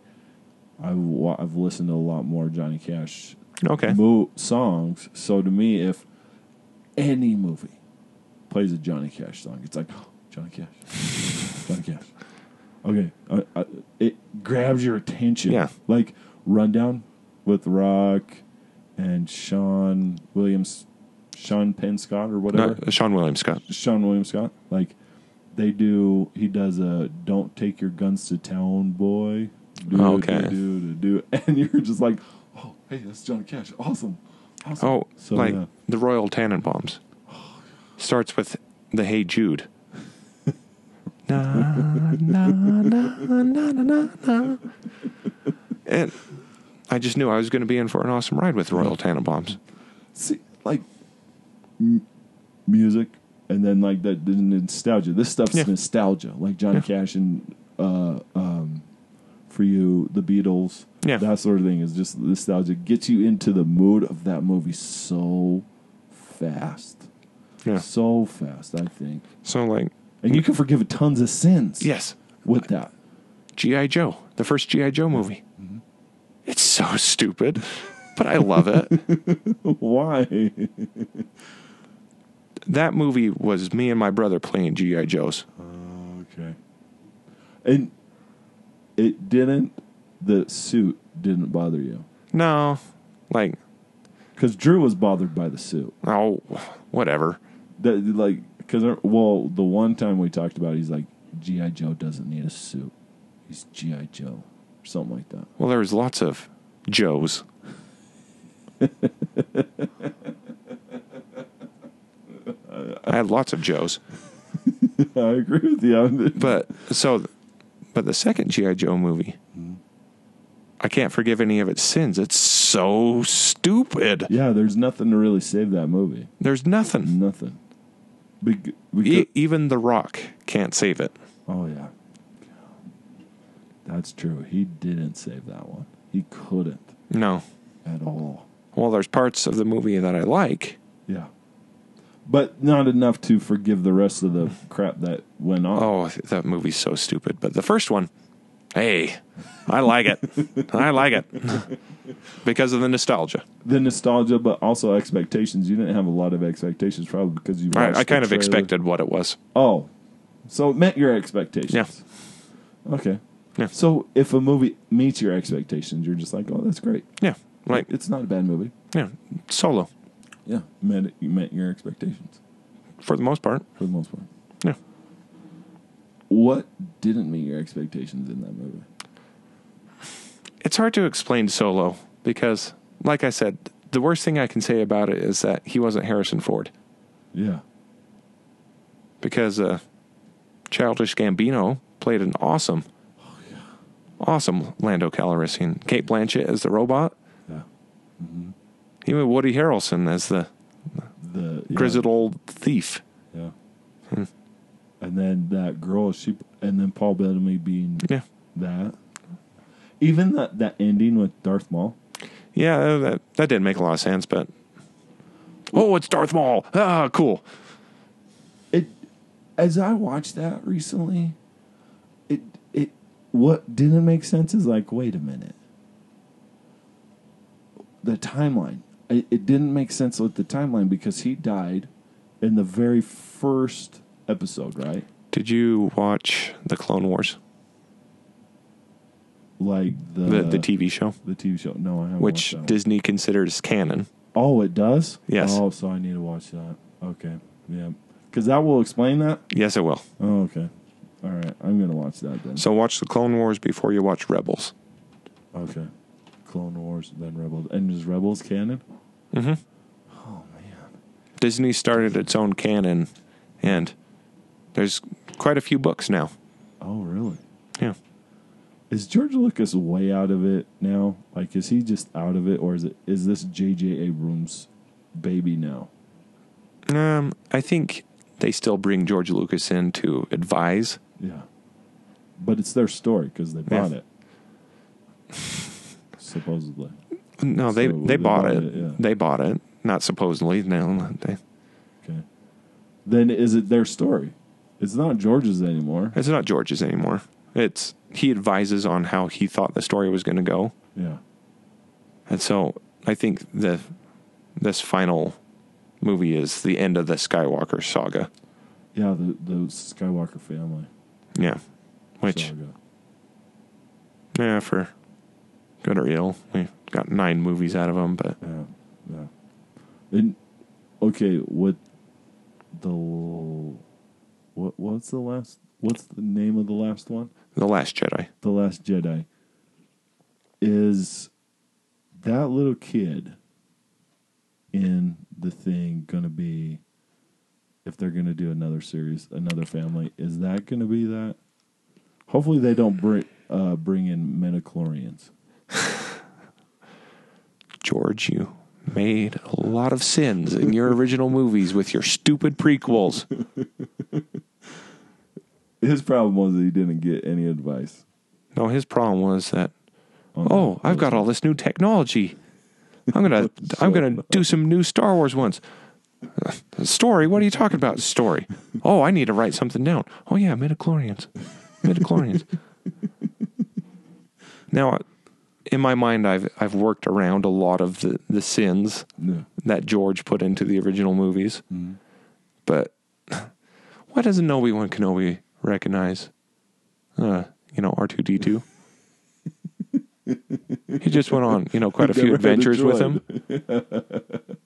Speaker 1: I've wa- I've listened to a lot more Johnny Cash
Speaker 2: okay.
Speaker 1: mo- songs. So to me, if any movie plays a Johnny Cash song, it's like oh, Johnny Cash, Johnny Cash. Okay, I, I, it grabs your attention.
Speaker 2: Yeah.
Speaker 1: like Rundown with Rock and Sean Williams, Sean Penn Scott or whatever.
Speaker 2: No, Sean Williams Scott.
Speaker 1: Sean William Scott. Like they do, he does a "Don't take your guns to town, boy." Do,
Speaker 2: Oh, okay.
Speaker 1: Do, do, do, (laughs) do. and you're just like, oh, hey, that's Johnny Cash. Awesome. Awesome.
Speaker 2: Oh,
Speaker 1: So,
Speaker 2: like
Speaker 1: yeah.
Speaker 2: the Royal Tannenbaums. Starts with the Hey Jude. (laughs) na, na, na, na, na, na, na. And I just knew I was going to be in for an awesome ride with Royal Tannenbaums.
Speaker 1: see, like m- music, and then like that the nostalgia. This stuff's
Speaker 2: Yeah.
Speaker 1: nostalgia, like Johnny Cash and uh, um, for you, the Beatles,
Speaker 2: Yeah.
Speaker 1: that sort of thing is just nostalgia. Gets you into the mood of that movie so fast,
Speaker 2: Yeah.
Speaker 1: so fast. I think,
Speaker 2: So, like,
Speaker 1: and you can forgive tons of sins.
Speaker 2: yes,
Speaker 1: with that.
Speaker 2: G.I. Joe, the first G.I. Joe movie.
Speaker 1: Mm-hmm.
Speaker 2: It's so stupid, but I love it.
Speaker 1: (laughs) (laughs) Why?
Speaker 2: that movie was me and my brother playing G.I. Joes.
Speaker 1: Okay. And it didn't. The suit didn't bother you.
Speaker 2: No, like,
Speaker 1: Because Drew was bothered by the suit.
Speaker 2: oh, whatever.
Speaker 1: That, like, because, well, the one time we talked about it, he's like, G.I. Joe doesn't need a suit. He's G.I. Joe, or something like that.
Speaker 2: Well, there was lots of Joes. I had lots of Joes,
Speaker 1: (laughs) I agree with you.
Speaker 2: but so, but the second GI Joe movie, I can't forgive any of its sins. It's so stupid.
Speaker 1: yeah, there's nothing to really save that movie.
Speaker 2: There's nothing.
Speaker 1: Nothing. Big,
Speaker 2: E- even The Rock can't save it.
Speaker 1: oh, yeah. That's true. He didn't save that one. He couldn't
Speaker 2: No.
Speaker 1: at
Speaker 2: Oh.
Speaker 1: all.
Speaker 2: Well, there's parts of the movie that I like.
Speaker 1: Yeah. But not enough to forgive the rest of
Speaker 2: (laughs)
Speaker 1: the crap that went on.
Speaker 2: Oh, that movie's so stupid. But the first one, hey, I like it. I like it because of the nostalgia.
Speaker 1: the nostalgia, but also expectations. You didn't have a lot of expectations, probably because you.
Speaker 2: I,
Speaker 1: watched
Speaker 2: I
Speaker 1: the
Speaker 2: kind of
Speaker 1: trailer.
Speaker 2: expected what it was.
Speaker 1: Oh, so it met your expectations. Okay.
Speaker 2: Yeah.
Speaker 1: So if a movie meets your expectations, you're just like, oh, that's great.
Speaker 2: Yeah, like
Speaker 1: It's not a bad movie.
Speaker 2: yeah, solo
Speaker 1: Yeah, met you met your expectations
Speaker 2: for the most part.
Speaker 1: for the most part.
Speaker 2: Yeah,
Speaker 1: What didn't meet your expectations in that movie?
Speaker 2: it's hard to explain solo because, like I said, the worst thing I can say about it is that he wasn't Harrison Ford
Speaker 1: Yeah.
Speaker 2: because uh, Childish Gambino played an awesome, awesome Lando Calrissian. Kate Blanchett as the robot.
Speaker 1: Yeah.
Speaker 2: Even Woody Harrelson as the
Speaker 1: The yeah.
Speaker 2: grizzled old thief.
Speaker 1: Yeah.
Speaker 2: Hmm.
Speaker 1: and then that girl, she, and then Paul Bettany being
Speaker 2: Yeah.
Speaker 1: that. Even that that ending with Darth Maul.
Speaker 2: Yeah, uh, that, that didn't make a lot of sense, but. Oh, it's Darth Maul. Ah, cool.
Speaker 1: it as I watched that recently, it it what didn't make sense is like, wait a minute. The timeline. It, it didn't make sense with the timeline because he died in the very first episode, right?
Speaker 2: Did you watch The Clone Wars,
Speaker 1: Like the
Speaker 2: the, the TV show,
Speaker 1: the TV show. No, I haven't.
Speaker 2: which
Speaker 1: watched that one.
Speaker 2: Disney considers canon?
Speaker 1: Oh, it does.
Speaker 2: Yes.
Speaker 1: Oh, so I need to watch that. Okay. Yeah. Because that will explain that.
Speaker 2: Yes, it will.
Speaker 1: Oh, okay. All right. I'm gonna watch that then.
Speaker 2: So watch The Clone Wars before you watch Rebels.
Speaker 1: Okay. Clone Wars, then Rebels. And is Rebels canon? Mm hmm.
Speaker 2: Mm-hmm. Disney started its own canon, and there's quite a few books now.
Speaker 1: Oh, really?
Speaker 2: Yeah.
Speaker 1: Is George Lucas way out of it now? Like, is he just out of it, or is it is this J.J. Abrams' baby now?
Speaker 2: Um, I think they still bring George Lucas in to advise.
Speaker 1: Yeah, but it's their story because they
Speaker 2: Yeah.
Speaker 1: bought it, (laughs) supposedly.
Speaker 2: No, they,
Speaker 1: So
Speaker 2: they,
Speaker 1: they
Speaker 2: bought,
Speaker 1: bought
Speaker 2: it.
Speaker 1: it, yeah.
Speaker 2: They bought it. Not supposedly. No, they,
Speaker 1: Okay, then is it their story? It's not George's anymore.
Speaker 2: it's not George's anymore. It's he advises on how he thought the story was going to go,
Speaker 1: Yeah,
Speaker 2: and so I think the this final movie is the end of the Skywalker saga.
Speaker 1: yeah. The the Skywalker family.
Speaker 2: Yeah, which
Speaker 1: saga.
Speaker 2: yeah for good or ill, we got nine movies out of them, but
Speaker 1: Yeah, yeah. And okay, what the what what's the last what's the name of the last one?
Speaker 2: the Last Jedi.
Speaker 1: The Last Jedi is that little kid in the thing going to be if they're going to do another series, another family, is that going to be that? Hopefully they don't bring uh, bring in metachlorians.
Speaker 2: George, you made a lot of sins in your original movies with your stupid prequels.
Speaker 1: His problem was that he didn't get any advice.
Speaker 2: No, his problem was that
Speaker 1: on
Speaker 2: oh,
Speaker 1: that.
Speaker 2: I've got all this new technology. I'm gonna I'm gonna do some new Star Wars ones. Uh, Story? What are you talking about? Story? Oh, I need to write something down. Oh yeah, midichlorians, midichlorians. (laughs) now, in my mind, I've I've worked around a lot of the the sins
Speaker 1: Yeah.
Speaker 2: that George put into the original movies, but why doesn't Obi Wan Kenobi recognize, uh, you know, R two D two? He just went on, you know, quite a few
Speaker 1: Never had a
Speaker 2: adventures with him.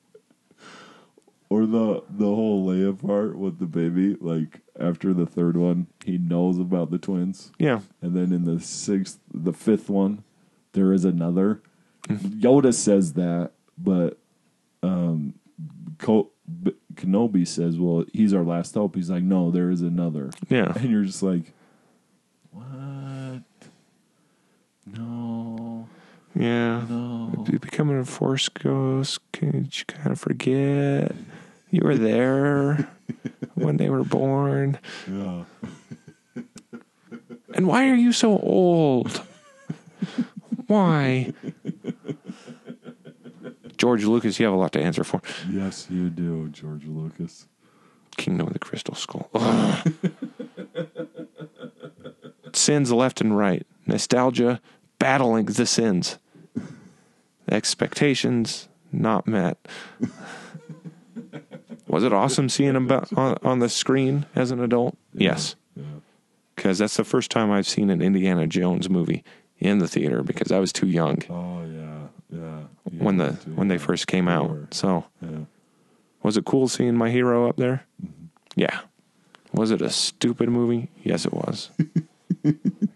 Speaker 1: Or the the whole Leia part with the baby, like after the third one, he knows about the twins,
Speaker 2: Yeah,
Speaker 1: and then in the sixth, the fifth one, there is (laughs) another. Yoda says that, but um, Ko- B- Kenobi says, "Well, he's our last hope." He's like, "No, there is another," (laughs)
Speaker 2: yeah.
Speaker 1: and you're just like, "What? No,
Speaker 2: Yeah.
Speaker 1: no."
Speaker 2: You becoming a force ghost, can you kind of forget you were there when they were born?
Speaker 1: (laughs) Yeah.
Speaker 2: And why are you so old? Why? George Lucas, you have a lot to answer for.
Speaker 1: Yes, you do, George Lucas.
Speaker 2: Kingdom of the Crystal Skull. Ugh. (laughs) sins left and right. Nostalgia battling the sins. Expectations not met. Was it awesome seeing him bu- on, on the screen as an adult? Yes,
Speaker 1: Yeah.
Speaker 2: because that's the first time I've seen an Indiana Jones movie in the theater because I was too young
Speaker 1: Oh yeah, yeah. Yeah,
Speaker 2: when the
Speaker 1: too,
Speaker 2: when they
Speaker 1: yeah.
Speaker 2: first came
Speaker 1: Sure.
Speaker 2: out. So
Speaker 1: Yeah.
Speaker 2: was it cool seeing my hero up there? Yeah. Was it a stupid movie? Yes, it was.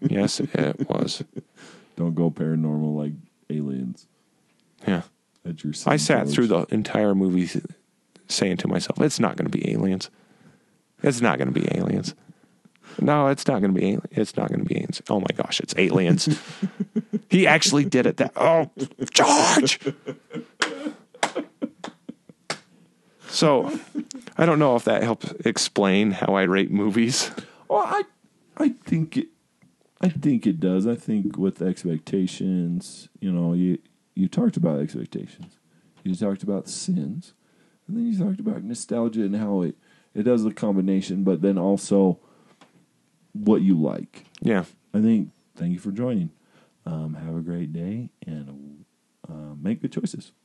Speaker 2: yes, it was.
Speaker 1: Don't go paranormal like aliens
Speaker 2: Yeah.
Speaker 1: at your.
Speaker 2: I sat through the entire movie th- saying to myself, it's not going to be aliens. It's not going to be aliens. No, it's not going to be aliens. It's not going to be aliens. Oh my gosh, it's aliens. he actually did it that. Oh, George. so, I don't know if that helps explain how I rate movies.
Speaker 1: Well, I, I think it, I think it does. I think with expectations, you know, you you talked about expectations, you talked about sins, and then you talked about nostalgia and how it it does the combination, but then also what you like.
Speaker 2: Yeah.
Speaker 1: I think. Thank you for joining. Um, have a great day and uh, make good choices.